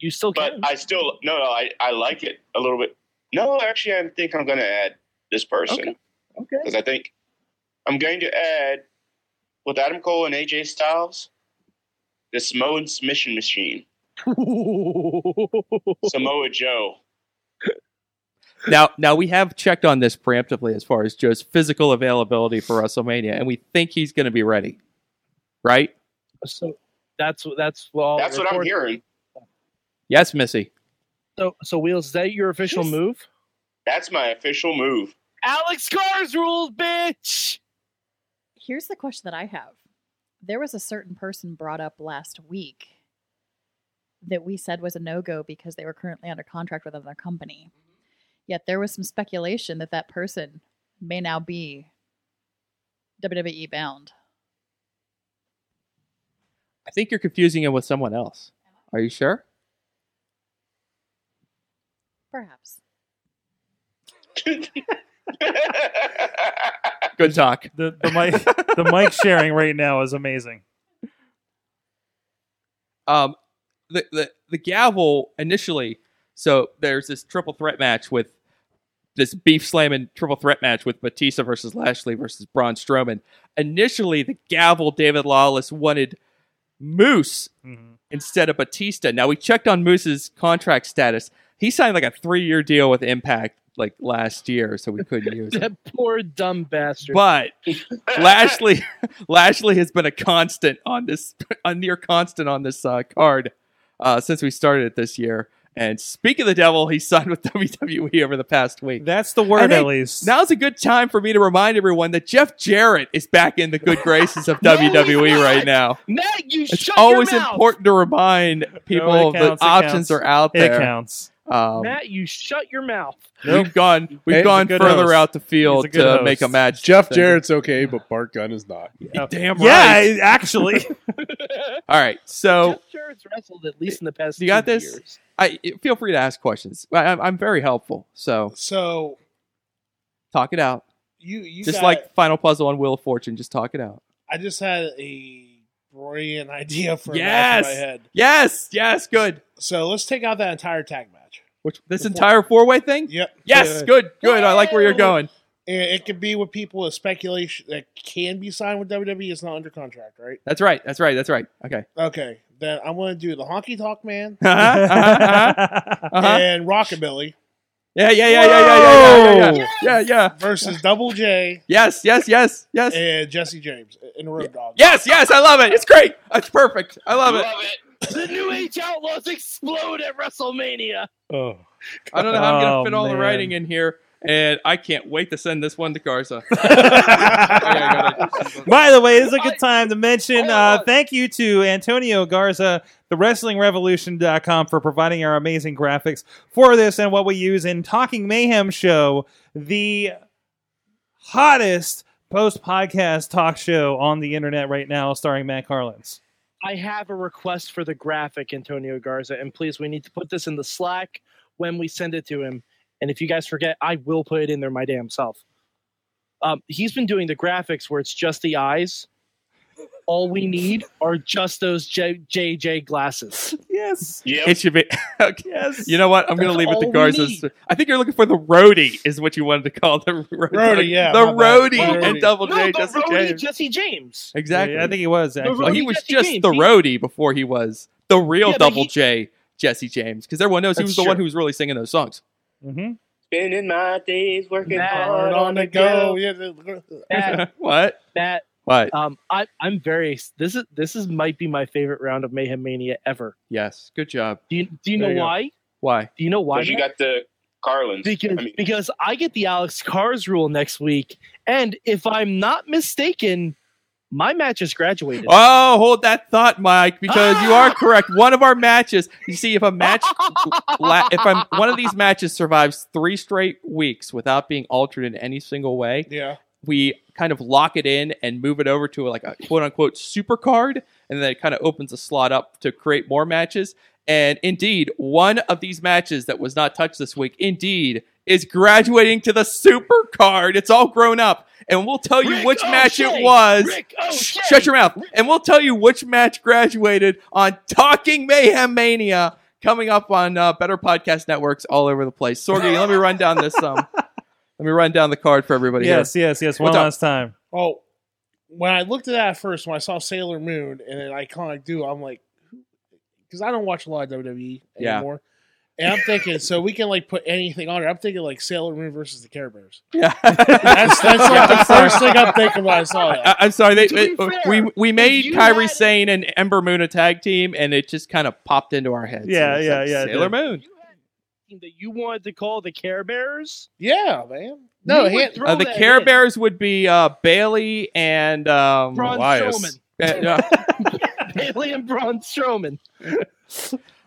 Speaker 7: You still
Speaker 1: but
Speaker 7: could.
Speaker 1: I still no no I, I like it a little bit. No, actually, I think I'm going to add this person
Speaker 7: Okay. okay.
Speaker 1: because I think I'm going to add with Adam Cole and AJ Styles the Samoan submission machine, Samoa Joe.
Speaker 8: Now, now we have checked on this preemptively as far as Joe's physical availability for WrestleMania, and we think he's going to be ready, right?
Speaker 7: so that's that's all.
Speaker 1: That's what I'm
Speaker 7: recorded.
Speaker 1: hearing.
Speaker 8: Yes, Missy.
Speaker 7: So, so wheels, is that your official
Speaker 6: Yes.
Speaker 7: move?
Speaker 1: That's my official move.
Speaker 7: Alex Cars rules, bitch.
Speaker 6: Here's the question that I have. There was a certain person brought up last week that we said was a no-go because they were currently under contract with another company. Yet there was some speculation that that person may now be WWE bound.
Speaker 8: I think you're confusing him with someone else. Are you sure?
Speaker 6: Perhaps.
Speaker 8: Good talk.
Speaker 2: the the mic the mic sharing right now is amazing.
Speaker 8: Um, the, the the gavel initially. So there's this triple threat match with this beef slamming triple threat match with Batista versus Lashley versus Braun Strowman. Initially, the gavel David Lawless wanted Moose
Speaker 2: Mhm.
Speaker 8: instead of Batista. Now we checked on Moose's contract status. He signed like a three-year deal with Impact like last year, so we couldn't use it.
Speaker 7: That poor dumb bastard.
Speaker 8: But Lashley, Lashley has been a constant on this, a near constant on this uh, card uh, since we started it this year. And speak of the devil, he signed with WWE over the past week.
Speaker 2: That's the word,
Speaker 8: And they-
Speaker 2: at least.
Speaker 8: Now's a good time for me to remind everyone that Jeff Jarrett is back in the good graces of WWE right now.
Speaker 7: Matt, you
Speaker 8: It's
Speaker 7: shut
Speaker 8: always
Speaker 7: your mouth.
Speaker 8: important to remind people
Speaker 2: it
Speaker 8: that
Speaker 2: counts, it
Speaker 8: options
Speaker 2: counts.
Speaker 8: are out
Speaker 2: it
Speaker 8: there.
Speaker 2: counts.
Speaker 8: Um,
Speaker 7: Matt, you shut your mouth.
Speaker 8: We've gone, we've
Speaker 4: He's a
Speaker 8: gone
Speaker 2: good
Speaker 8: further
Speaker 2: host.
Speaker 8: out the field
Speaker 2: He's a
Speaker 8: to
Speaker 2: good host.
Speaker 8: make a match.
Speaker 4: Jeff
Speaker 8: than-
Speaker 4: Jarrett's okay, but Bart Gunn is not.
Speaker 8: damn
Speaker 2: Yeah,
Speaker 8: right.
Speaker 2: it- actually.
Speaker 8: All right, so
Speaker 7: Jeff Jarrett's wrestled at least in the past.
Speaker 8: You got
Speaker 7: two
Speaker 8: this?
Speaker 7: years.
Speaker 8: I feel free to ask questions. I, I'm, I'm very helpful, so
Speaker 5: So
Speaker 8: talk it out.
Speaker 5: you you
Speaker 8: just
Speaker 5: got-
Speaker 8: like Final Puzzle on Wheel of Fortune, just talk it out.
Speaker 5: I just had a brilliant idea for a match in
Speaker 8: Yes!
Speaker 5: my head.
Speaker 8: Yes, yes, good.
Speaker 5: So let's take out that entire tag match.
Speaker 8: Which this entire four way thing?
Speaker 5: Yep.
Speaker 8: Yes, good, good. I like where you're going.
Speaker 5: And it could be with people with speculation that can be signed with WWE. It's not under contract, right?
Speaker 8: That's right. That's right. That's right. Okay.
Speaker 5: Okay. Then I'm going to do the Honky Talk Man
Speaker 8: Uh-huh, uh-huh, uh-huh, uh-huh.
Speaker 5: and Rockabilly
Speaker 8: Yeah, yeah, yeah, yeah, yeah, yeah, yeah, yeah, yeah, yeah, yeah.
Speaker 5: versus Double J
Speaker 8: Yes, yes, yes, yes,
Speaker 5: and Jesse James and the Road Dog.
Speaker 8: yes, yes. I love it. It's great. It's perfect. I love it.
Speaker 7: the New Age Outlaws explode at WrestleMania.
Speaker 4: Oh,
Speaker 8: I don't know how I'm
Speaker 2: Oh,
Speaker 8: gonna fit all the
Speaker 2: man.
Speaker 8: writing in here, and I can't wait to send this one to Garza.
Speaker 2: Oh. By the way, this is a good time to mention
Speaker 7: Hold
Speaker 2: uh,
Speaker 7: on.
Speaker 2: thank you to Antonio Garza, thewrestlingrevolution.com, for providing our amazing graphics for this and what we use in Talking Mayhem Show, the hottest post podcast talk show on the internet right now starring Matt Carlins.
Speaker 7: I have a request for the graphic, Antonio Garza, and please, we need to put this in the Slack when we send it to him. And if you guys forget, I will put it in there my damn self. Um, he's been doing the graphics where it's just the eyes. All we need are just those J- JJ glasses.
Speaker 2: Yes.
Speaker 1: Yep.
Speaker 8: It should be. okay.
Speaker 2: Yes.
Speaker 8: You know what? I'm going to
Speaker 7: That's
Speaker 8: leave it
Speaker 7: all
Speaker 8: to
Speaker 7: we
Speaker 8: Garza's.
Speaker 7: need.
Speaker 8: I think you're looking for the roadie, is what you wanted to call the roadie.
Speaker 5: Roadie, yeah,
Speaker 8: The
Speaker 5: my bad.
Speaker 8: roadie
Speaker 5: Roadie.
Speaker 8: and Double
Speaker 7: No,
Speaker 8: J,
Speaker 7: the
Speaker 8: Jesse
Speaker 7: roadie
Speaker 8: James.
Speaker 7: Jesse James.
Speaker 8: exactly.
Speaker 2: Yeah, I think he was actually.
Speaker 8: well, he
Speaker 7: roadie
Speaker 8: was
Speaker 7: Jesse
Speaker 8: just
Speaker 7: James,
Speaker 8: the
Speaker 7: he-
Speaker 8: roadie before he was the real
Speaker 7: Yeah, but
Speaker 8: Double
Speaker 7: he-
Speaker 8: J, Jesse James, because everyone knows he
Speaker 7: That's
Speaker 8: was the one
Speaker 7: true.
Speaker 8: who was really singing those songs.
Speaker 2: hmm
Speaker 1: Spending my days working
Speaker 7: Matt,
Speaker 1: hard on the
Speaker 5: go.
Speaker 1: go.
Speaker 5: Yeah, the-
Speaker 7: That,
Speaker 8: what?
Speaker 7: that
Speaker 8: What?
Speaker 7: Um, I, I'm very. This is this is might be my favorite round of Mayhem Mania ever.
Speaker 8: Yes. Good job.
Speaker 7: Do you do you
Speaker 2: There
Speaker 7: know
Speaker 2: you go.
Speaker 7: why?
Speaker 8: Why?
Speaker 7: Do you know why?
Speaker 1: Because you
Speaker 7: Matt?
Speaker 1: got the Carlins.
Speaker 7: because
Speaker 1: I mean,
Speaker 7: because I get the Alex Cars rule next week, and if I'm not mistaken, my match has graduated.
Speaker 8: Oh, hold that thought, Mike, because you are correct. One of our matches. You see, if a match, la- if I'm one of these matches survives three straight weeks without being altered in any single way,
Speaker 5: yeah.
Speaker 8: we kind of lock it in and move it over to like a quote unquote super card, and then it kind of opens a slot up to create more matches. And indeed, one of these matches that was not touched this week, indeed, is graduating to the super card. It's all grown up. And we'll tell you which match it
Speaker 7: O'Shea!
Speaker 8: was.
Speaker 7: Rick
Speaker 8: Shh,
Speaker 7: O'Shea!
Speaker 8: Shut your mouth. And we'll tell you which match graduated on Talking Mayhem Mania coming up on uh, better podcast networks all over the place. Sorgi, let me run down this. Um, let me run down the card for everybody. here.
Speaker 2: Yes, yes, yes. One
Speaker 8: What's up?
Speaker 2: last time.
Speaker 5: Oh, when I looked at that at first, when I saw Sailor Moon and an iconic duo, I'm like, because I don't watch a lot of WWE
Speaker 8: Yeah.
Speaker 5: anymore. And I'm thinking, so we can like put anything on it. I'm thinking like Sailor Moon versus the Care Bears.
Speaker 8: Yeah.
Speaker 5: That's that's like the first thing I'm thinking when I saw that.
Speaker 8: I, I'm sorry. They,
Speaker 7: To be
Speaker 8: they-
Speaker 7: fair,
Speaker 8: we we made
Speaker 7: you
Speaker 8: Kyrie
Speaker 7: had-
Speaker 8: Sane and Ember Moon a tag team, and it just kind of popped into our heads.
Speaker 2: Yeah,
Speaker 8: And it's
Speaker 2: yeah,
Speaker 8: like,
Speaker 2: yeah, it
Speaker 8: Sailor
Speaker 2: did.
Speaker 8: Moon.
Speaker 7: You had a team that you wanted to call the Care Bears?
Speaker 5: Yeah, man. No,
Speaker 7: We
Speaker 5: he
Speaker 7: would
Speaker 5: had,
Speaker 7: throw
Speaker 8: Uh, the
Speaker 7: that
Speaker 8: Care
Speaker 7: in.
Speaker 8: Bears would be uh, Bailey and um,
Speaker 7: Braun
Speaker 8: Elias.
Speaker 7: Strowman.
Speaker 8: Uh, yeah.
Speaker 7: Bailey and Braun Strowman.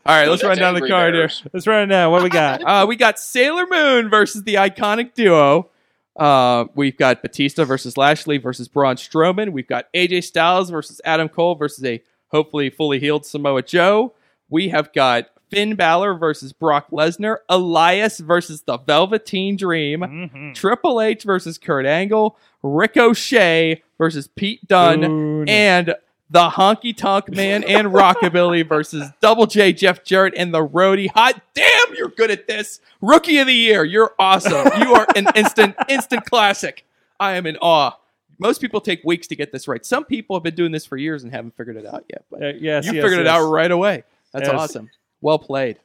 Speaker 8: All right, let's
Speaker 1: That's
Speaker 8: run down the
Speaker 1: Angry
Speaker 8: card here.
Speaker 1: Bears.
Speaker 2: Let's run it down. What we got?
Speaker 8: Uh, we got Sailor Moon versus the iconic duo. Uh, we've got Batista versus Lashley versus Braun Strowman. We've got AJ Styles versus Adam Cole versus a hopefully fully healed Samoa Joe. We have got Finn Balor versus Brock Lesnar. Elias versus the Velveteen Dream.
Speaker 7: Mm.
Speaker 2: Mhm.
Speaker 8: Triple H versus Kurt Angle. Ricochet versus Pete
Speaker 2: Uh,
Speaker 8: Dunne.
Speaker 2: Boone.
Speaker 8: And the Honky Tonk Man and Rockabilly versus Double J Jeff Jarrett and the Roadie. Hot damn, you're good at this. Rookie of the Year, you're awesome. You are an instant instant classic. I am in awe. Most people take weeks to get this right. Some people have been doing this for years and haven't figured it out yet, but
Speaker 2: Uh, yes,
Speaker 8: you
Speaker 2: yes,
Speaker 8: figured it
Speaker 2: yes.
Speaker 8: out right away. That's
Speaker 2: Yes.
Speaker 8: awesome. Well played.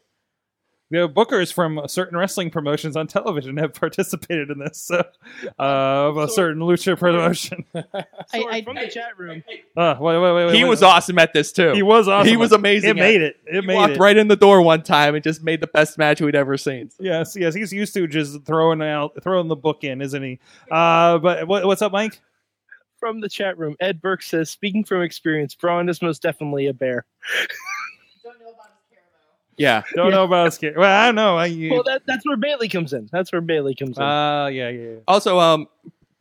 Speaker 2: The bookers from certain wrestling promotions on television have participated in this. So, uh, of a
Speaker 7: So-
Speaker 2: certain lucha promotion.
Speaker 6: I-
Speaker 7: Sorry,
Speaker 6: I-
Speaker 7: from the chat room.
Speaker 2: Uh, wait, wait, wait, wait,
Speaker 8: He
Speaker 2: wait.
Speaker 8: was awesome at this too.
Speaker 2: He was awesome.
Speaker 8: He was
Speaker 2: It
Speaker 8: amazing at
Speaker 2: made it. It
Speaker 8: He
Speaker 2: made
Speaker 8: walked
Speaker 2: it.
Speaker 8: right in the door one time and just made the best match we'd ever seen.
Speaker 2: Yes, yes. He's used to just throwing out, throwing the book in, isn't he? Uh, but what, what's up, Mike?
Speaker 7: From the chat room, Ed Burke says, "Speaking from experience, Braun is most definitely a bear."
Speaker 8: Yeah.
Speaker 2: Don't know about us. Well, I don't know. I,
Speaker 7: Well, that, that's where Bailey comes in. That's where Bailey comes in.
Speaker 2: uh, yeah, yeah, yeah.
Speaker 8: Also, um,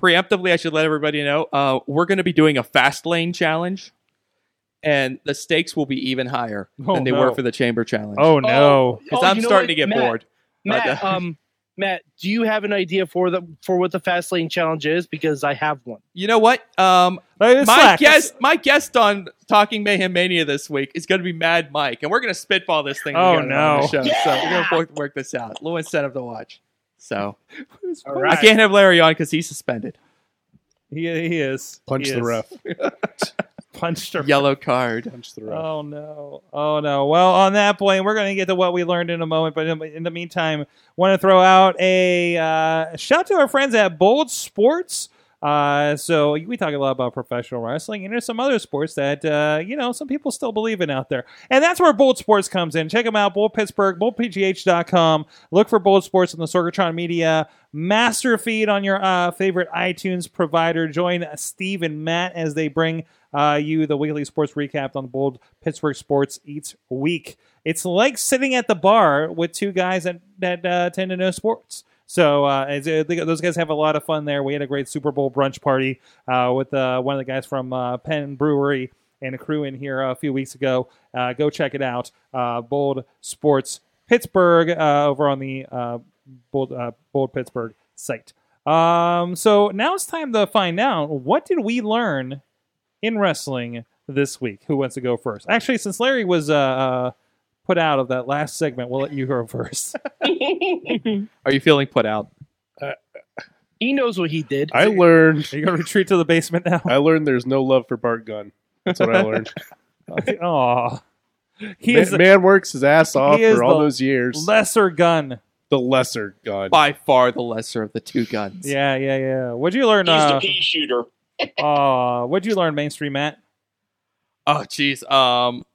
Speaker 8: preemptively, I should let everybody know uh, we're going to be doing a fast lane challenge, and the stakes will be even higher
Speaker 2: Oh,
Speaker 8: than they
Speaker 2: no.
Speaker 8: were for the chamber challenge.
Speaker 2: Oh no.
Speaker 8: because
Speaker 7: Oh,
Speaker 8: I'm
Speaker 7: you know
Speaker 8: starting
Speaker 7: what,
Speaker 8: to get
Speaker 7: Matt?
Speaker 8: bored. But,
Speaker 7: Matt,
Speaker 8: uh,
Speaker 7: um, Matt, do you have an idea for the for what the fast lane challenge is? Because I have one.
Speaker 8: You know what? Um,
Speaker 2: Hey, it's
Speaker 8: my
Speaker 2: Slack.
Speaker 8: guest, my guest on Talking Mayhem Mania this week is going to be Mad Mike, and we're going to spitball this thing.
Speaker 2: Oh,
Speaker 8: together on the
Speaker 2: no.
Speaker 8: show, So we're going to work this out. Little incentive to watch. So
Speaker 7: All
Speaker 8: I
Speaker 7: right.
Speaker 8: can't have Larry on because he's suspended.
Speaker 2: He, he is.
Speaker 4: Punch
Speaker 2: He
Speaker 4: the
Speaker 2: is.
Speaker 4: ref.
Speaker 2: Punch the
Speaker 8: Yellow card.
Speaker 4: Punch the ref.
Speaker 2: Oh no! Oh no! Well, on that point, we're going to get to what we learned in a moment. But in, in the meantime, want to throw out a uh, shout to our friends at Bold Sports. Uh, so we talk a lot about professional wrestling, and there's some other sports that uh, you know some people still believe in out there, and that's where Bold Sports comes in. Check them out, Bold Pittsburgh, BoldPGH.com. Look for Bold Sports on the Sorgatron Media master feed on your uh, favorite iTunes provider. Join Steve and Matt as they bring uh, you the weekly sports recap on the bold Pittsburgh sports each week. It's like sitting at the bar with two guys that that uh, tend to know sports. So uh, as- uh, they- those guys have a lot of fun there. We had a great Super Bowl brunch party uh, with uh, one of the guys from uh, Penn Brewery and a crew in here a few weeks ago. Uh, go check it out. Uh, Bold Sports Pittsburgh uh, over on the uh, Bold, uh, Bold Pittsburgh site. Um, so now it's time to find out what did we learn in wrestling this week. Who wants to go first? Actually, since Larry was uh, uh, put out of that last segment, we'll let you go first.
Speaker 8: Are you feeling put out?
Speaker 7: Uh, He knows what he did.
Speaker 4: I learned.
Speaker 2: Are you going to retreat to the basement now?
Speaker 4: I learned there's no love for Bart Gunn. That's what I learned.
Speaker 2: Oh, he
Speaker 4: man,
Speaker 2: is the
Speaker 4: man works his ass off
Speaker 2: is
Speaker 4: for all
Speaker 2: the
Speaker 4: those years.
Speaker 2: lesser gun.
Speaker 4: the lesser gun.
Speaker 8: By far the lesser of the two guns.
Speaker 2: Yeah, yeah, yeah. What'd you learn?
Speaker 1: He's the
Speaker 2: Uh,
Speaker 1: pea shooter.
Speaker 2: uh, what'd you learn, mainstream Matt?
Speaker 8: Oh, jeez. Um,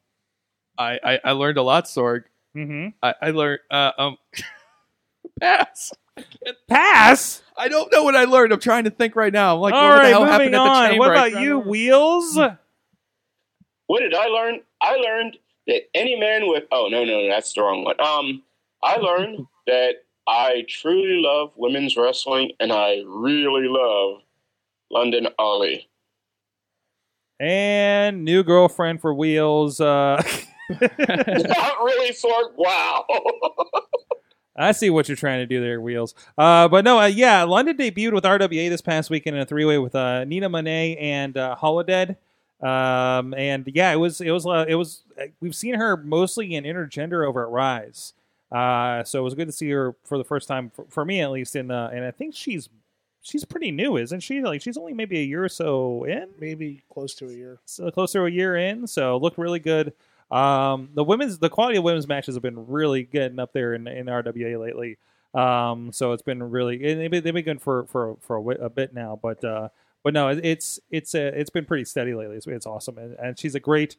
Speaker 8: I, I I learned a lot, Sorg.
Speaker 2: Mm-hmm.
Speaker 8: I, I learned. Uh, um, pass.
Speaker 2: Pass.
Speaker 8: I don't know what I learned. I'm trying to think right now. I'm like,
Speaker 2: All
Speaker 8: what the
Speaker 2: right,
Speaker 8: hell
Speaker 2: moving
Speaker 8: happened at the
Speaker 2: on.
Speaker 8: chamber?
Speaker 2: what
Speaker 8: I- Hmm.
Speaker 2: about you, Wheels?
Speaker 1: What did I learn? I learned that any man with oh no no no, that's the wrong one. Um, I learned that I truly love women's wrestling and I really love London Ollie.
Speaker 2: And new girlfriend for Wheels. Uh,
Speaker 1: Not really, Sorg. Wow.
Speaker 2: I see what you're trying to do there, Wheels. Uh, but no, uh, yeah, London debuted with RWA this past weekend in a three-way with uh, Nina Monet and uh, Holodead. Um, and yeah, it was it was uh, it was uh, we've seen her mostly in intergender over at Rise. Uh, so it was good to see her for the first time for, for me at least. In uh, and I think she's she's pretty new, isn't she? Like she's only maybe a year or so in
Speaker 5: Maybe close to a year.
Speaker 2: so close to a year in, so looked really good. Um, the women's the quality of women's matches have been really getting up there in, in RWA lately. Um, so it's been really and they've been, they've been good for for for a, wi- a bit now, but uh, but no, it- it's it's a, it's been pretty steady lately. It's, it's awesome, and, and she's a great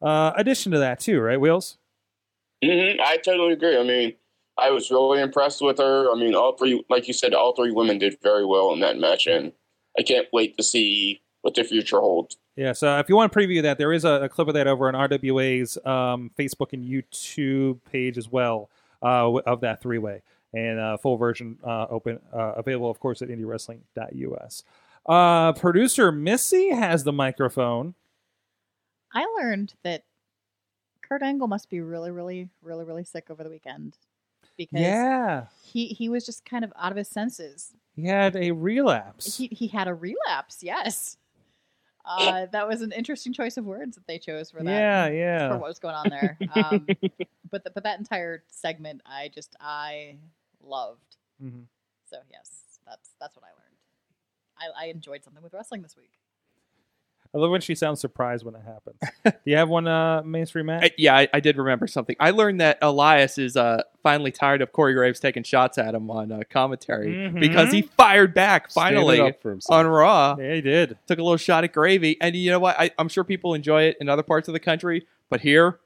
Speaker 2: uh, addition to that too, right? Wheels.
Speaker 1: hmm I totally agree. I mean, I was really impressed with her. I mean, all three, like you said, all three women did very well in that match, and I can't wait to see what the future holds.
Speaker 2: Yeah, so if you want to preview that, there is a, a clip of that over on RWA's um, Facebook and YouTube page as well uh, w- of that three way and uh, full version uh, open uh, available, of course, at indiewrestling.us. Uh, producer Missy has the microphone.
Speaker 6: I learned that Kurt Angle must be really, really, really, really sick over the weekend because
Speaker 2: Yeah,
Speaker 6: he he was just kind of out of his senses.
Speaker 2: he had a relapse.
Speaker 6: He he had a relapse. Yes, uh, that was an interesting choice of words that they chose for that.
Speaker 2: yeah,
Speaker 6: for
Speaker 2: yeah.
Speaker 6: what was going on there. Um, but the, but that entire segment, I just I loved.
Speaker 2: Mhm.
Speaker 6: So yes, that's that's what I learned. I, I enjoyed something with wrestling this week.
Speaker 2: I love when she sounds surprised when it happens. Do you have one, uh, mainstream Matt?
Speaker 8: I- yeah, I, I did remember something. I learned that Elias is uh, finally tired of Corey Graves taking shots at him on uh, commentary
Speaker 2: Mhm.
Speaker 8: because
Speaker 7: Mm-hmm.
Speaker 8: he fired back
Speaker 4: Standing
Speaker 8: finally
Speaker 4: up for himself.
Speaker 8: on Raw.
Speaker 2: Mm-hmm. yeah, he did.
Speaker 8: Took a little shot at Gravy, and you know what? I, I'm sure people enjoy it in other parts of the country, but here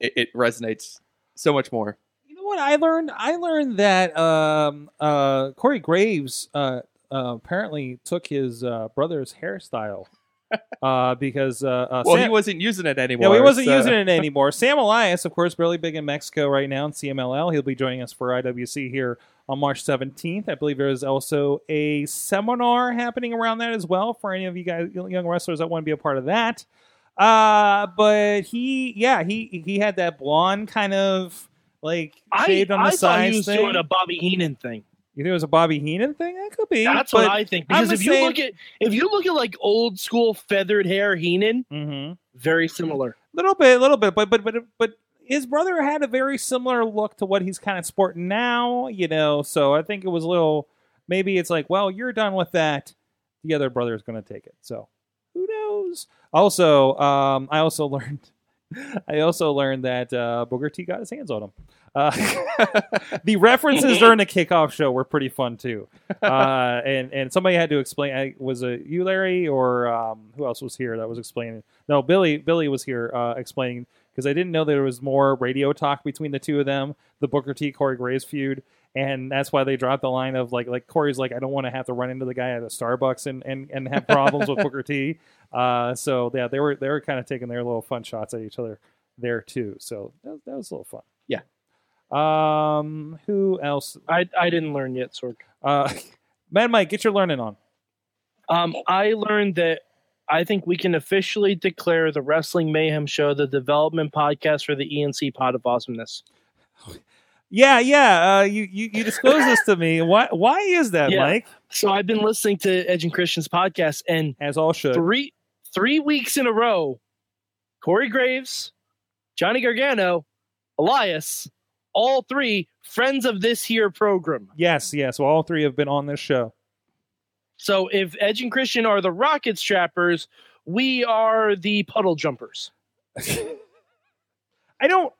Speaker 8: it, it resonates so much more.
Speaker 2: You know what I learned? I learned that um, uh, Corey Graves uh, uh, apparently took his uh, brother's hairstyle uh, because uh, uh,
Speaker 8: Well,
Speaker 2: Sam-
Speaker 8: he wasn't using it anymore.
Speaker 2: yeah, well, he wasn't
Speaker 8: so-
Speaker 2: using it anymore. Sam Elias, of course, really big in Mexico right now in CMLL. He'll be joining us for IWC here on March 17th. I believe there is also a seminar happening around that as well for any of you guys, young wrestlers that want to be a part of that. Uh, but he, yeah, he he had that blonde kind of like
Speaker 7: I,
Speaker 2: shaved on the
Speaker 7: I thought he
Speaker 2: sides
Speaker 7: was
Speaker 2: thing.
Speaker 7: doing a Bobby Heenan thing.
Speaker 2: You think it was a Bobby Heenan thing? That could be.
Speaker 7: That's what I think.
Speaker 2: I'm
Speaker 7: Because if
Speaker 2: just
Speaker 7: you
Speaker 2: saying-
Speaker 7: look at if you look at like old school feathered hair Heenan,
Speaker 2: hmm
Speaker 7: very similar.
Speaker 2: Little bit, little bit, but but but but his brother had a very similar look to what he's kind of sporting now, you know. So I think it was a little. Maybe it's like, well, you're done with that. The other brother is going to take it. So who knows? Also, um, I also learned. I also learned that uh, Booger T got his hands on him. Uh, the references during the kickoff show were pretty fun too, uh, and and somebody had to explain. I, was it you, Larry, or um, who else was here that was explaining? No, Billy. Billy was here uh, explaining because I didn't know there was more radio talk between the two of them, the Booker T Corey Graves feud, and that's why they dropped the line of like like Corey's like I don't want to have to run into the guy at a Starbucks and and, and have problems with Booker T. Uh, so yeah, they were they were kind of taking their little fun shots at each other there too. So that, that was a little fun.
Speaker 8: Yeah.
Speaker 2: Um, who else?
Speaker 7: I, I didn't learn yet, Sorg.
Speaker 2: Uh, Mad Mike, get your learning on.
Speaker 7: Um, I learned that I think we can officially declare the Wrestling Mayhem Show the development podcast for the ENC Pod of Awesomeness.
Speaker 2: Yeah, yeah. Uh, you you, you disclosed this to me. Why why is that,
Speaker 7: Yeah.
Speaker 2: Mike?
Speaker 7: So I've been listening to Edge and Christian's podcast, and
Speaker 2: As all should.
Speaker 7: three three weeks in a row, Corey Graves, Johnny Gargano, Elias, all three friends of this here program.
Speaker 2: Yes, yes. Well, all three have been on this show.
Speaker 7: So if Edge and Christian are the rocket strappers, we are the puddle jumpers.
Speaker 2: I don't.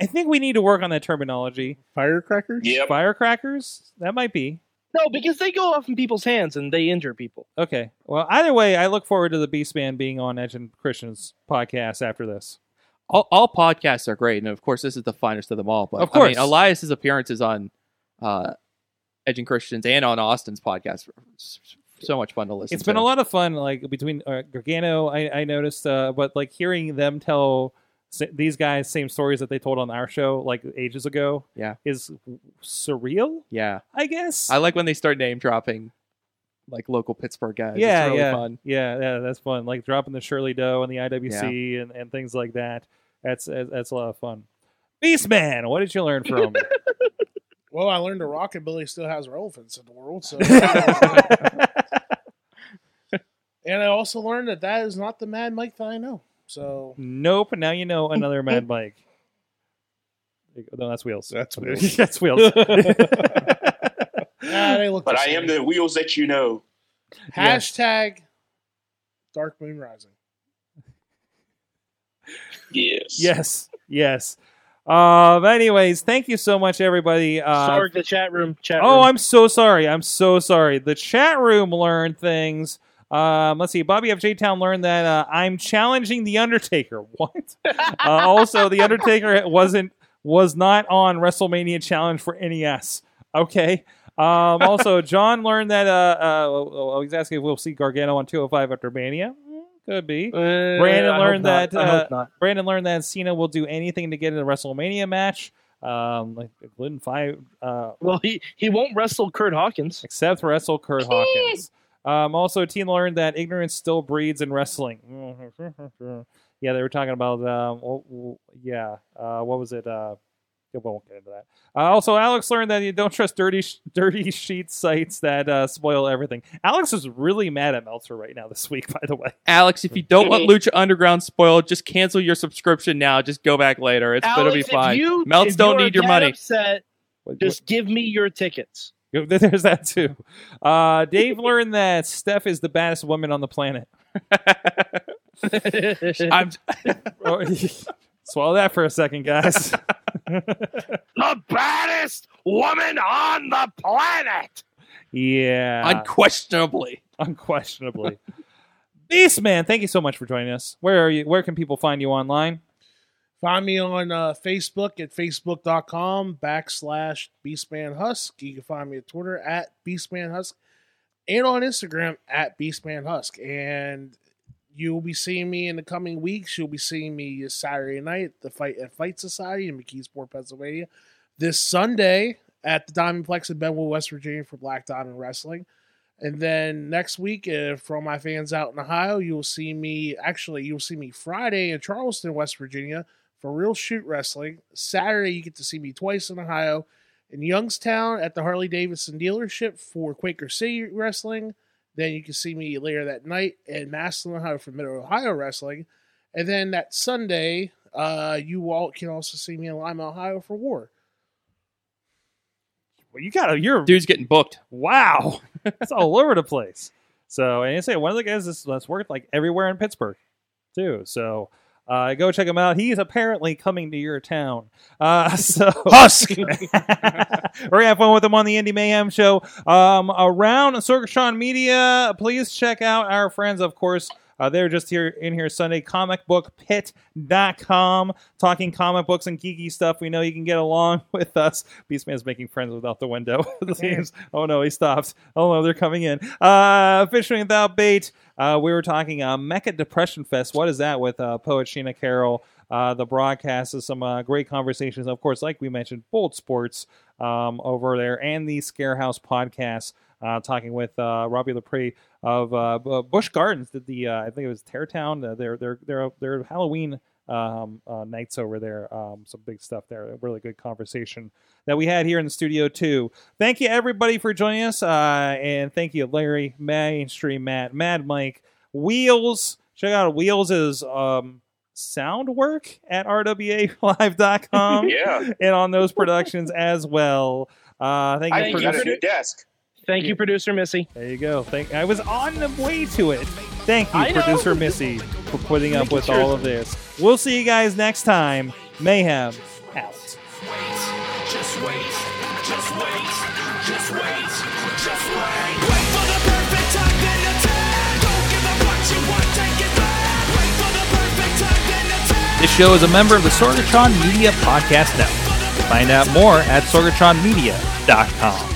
Speaker 2: I think we need to work on that terminology.
Speaker 4: Firecrackers?
Speaker 1: Yep.
Speaker 2: Firecrackers? That might be
Speaker 7: No, because they go off in people's hands and they injure people.
Speaker 2: okay. Well, either way, I look forward to the Beast Man being on Edge and Christian's podcast after this.
Speaker 8: all, all podcasts are great, and of course, this is the finest of them all. But
Speaker 2: Of
Speaker 8: I mean,
Speaker 2: course.
Speaker 8: Elias's appearances on uh, Edge and Christians and on Austin's podcast were s- s- so much fun to listen.
Speaker 2: It's been
Speaker 8: to.
Speaker 2: a lot of fun, like between uh, Gargano, I, I noticed, uh, but like hearing them tell s- these guys same stories that they told on our show like ages ago,
Speaker 8: Yeah.
Speaker 2: is surreal.
Speaker 8: Yeah,
Speaker 2: I guess.
Speaker 8: I like when they start name dropping like local Pittsburgh guys.
Speaker 2: yeah,
Speaker 8: it's really
Speaker 2: yeah,
Speaker 8: fun.
Speaker 2: yeah, yeah. That's fun. Like dropping the Shirley Doe on the IWC and, and things like that. That's that's that's a lot of fun. Beastman, what did you learn from?
Speaker 5: Well, I learned a rockabilly still has relevance in the world. So, and I also learned that that is not the Mad Mike that I know. So,
Speaker 2: nope. Now you know another Mad Mike. No, that's wheels.
Speaker 4: That's
Speaker 2: wheels. that's wheels.
Speaker 5: nah, ah, they look.
Speaker 1: But
Speaker 5: the
Speaker 1: I am
Speaker 5: same.
Speaker 1: the wheels that you know.
Speaker 5: hashtag Dark Moon Rising.
Speaker 1: Yes.
Speaker 2: yes, yes. Um. Anyways, thank you so much, everybody. Uh,
Speaker 7: Sorry, the chat room. Chat room.
Speaker 2: Oh, I'm so sorry. I'm so sorry. The chat room learned things. Um, let's see. Bobby of J Town learned that uh, I'm challenging the Undertaker. What? uh, also, the Undertaker wasn't was not on WrestleMania Challenge for NES. Okay. Um, also, John learned that. Uh, uh, oh, oh, he's asking if we'll see Gargano on 205 after Mania. Mm, Could be.
Speaker 7: Uh,
Speaker 2: Brandon
Speaker 7: I
Speaker 2: learned
Speaker 7: hope not.
Speaker 2: that,
Speaker 7: I
Speaker 2: uh,
Speaker 7: hope not.
Speaker 2: Brandon learned that Cena will do anything to get in a WrestleMania match, um, like including five uh,
Speaker 7: Well, he, he won't wrestle Kurt Hawkins.
Speaker 2: except wrestle Kurt Hawkins. Um, also, Teen learned that ignorance still breeds in wrestling. yeah, they were talking about, um, oh, oh, yeah, uh, what was it? Uh, we won't get into that. Uh, also, Alex learned that you don't trust dirty, sh- dirty sheet sites that uh, spoil everything. Alex is really mad at Meltzer right now this week, by the way.
Speaker 8: Alex, if you don't want Lucha Underground spoiled, just cancel your subscription now. Just go back later. It's gonna
Speaker 7: Alex,
Speaker 8: be
Speaker 7: if
Speaker 8: fine.
Speaker 7: you-
Speaker 8: Melts
Speaker 7: if
Speaker 8: don't
Speaker 7: you are
Speaker 8: need your
Speaker 7: that
Speaker 8: money.
Speaker 7: upset,
Speaker 2: What-
Speaker 7: just give me your tickets.
Speaker 2: what- there's that too. Uh, Dave learned that Steph is the baddest woman on the planet.
Speaker 8: I'm
Speaker 2: Oh, Swallow that for a second, guys.
Speaker 7: the baddest woman on the planet.
Speaker 2: Yeah.
Speaker 8: unquestionably.
Speaker 2: unquestionably. Beastman, thank you so much for joining us. Where are you? Where can people find you online?
Speaker 5: Find me on uh, Facebook at facebook.com backslash Beastman Husk. You can find me at Twitter at Beastman Husk and on Instagram at Beastman Husk. And you'll be seeing me in the coming weeks. You'll be seeing me this Saturday night at the Fight at Fight Society in McKeesport, Pennsylvania. This Sunday at the Diamond Plex in Benwell, West Virginia for Black Diamond Wrestling. And then next week, uh, for all my fans out in Ohio, you'll see me. Actually, you'll see me Friday in Charleston, West Virginia for Real Shoot Wrestling. Saturday, you get to see me twice in Ohio, in Youngstown at the Harley Davidson dealership for Quaker City Wrestling. Then you can see me later that night in Massillon, Ohio for Mid Ohio Wrestling. And then that Sunday, uh, you all can also see me in Lima, Ohio for War.
Speaker 2: Well, you gotta. You're
Speaker 8: Dude's getting booked.
Speaker 2: wow. It's all over the place. So, and you say one of the guys that's, that's worked like everywhere in Pittsburgh, too. So, uh, go check him out. He's apparently coming to your town. Uh, so husk. We're gonna have fun with him on the Indie Mayhem show. Um, around Sorgatron Media, please check out our friends, of course. Uh, they're just here in here Sunday, comicbookpit.com, talking comic books and geeky stuff. We know you can get along with us. Beastman's making friends without the window. it seems. Oh no, he stopped. Oh no, they're coming in. Uh, Fishing Without Bait. Uh, we were talking uh, Mecha Depression Fest. What is that with uh, poet Sheena Carroll? uh, the broadcast is some uh, great conversations. Of course, like we mentioned, Bold Sports um, over there and the Scarehouse podcast. Uh, talking with uh, Robbie Lepre of uh, B- Bush Gardens, did the uh, I think it was Teartown, uh, their their their their Halloween um, uh, nights over there. Um, some big stuff there. A really good conversation that we had here in the studio too. Thank you everybody for joining us, uh, and thank you Larry, Mainstream Matt, Mad Mike, Wheels. Check out Wheels' um, sound work at rwalive.com
Speaker 10: Yeah.
Speaker 2: and on those productions as well. Uh, thank you,
Speaker 10: I
Speaker 2: for
Speaker 10: got a new desk.
Speaker 7: Thank you, producer Missy.
Speaker 2: There you go. Thank. I was on the way to it. Thank you,
Speaker 7: I know.
Speaker 2: producer Missy, for putting up
Speaker 7: Making
Speaker 2: with
Speaker 7: sure.
Speaker 2: all of this. We'll see you guys next time. Mayhem out.
Speaker 1: wait, just wait, just wait, just wait, just wait. Wait for the perfect time, then attack. Don't give up what you want, take it back. Wait for the perfect time, then attack.
Speaker 2: This show is a member of the Sorgatron Media Podcast Network. Find out more at sorgatronmedia.com.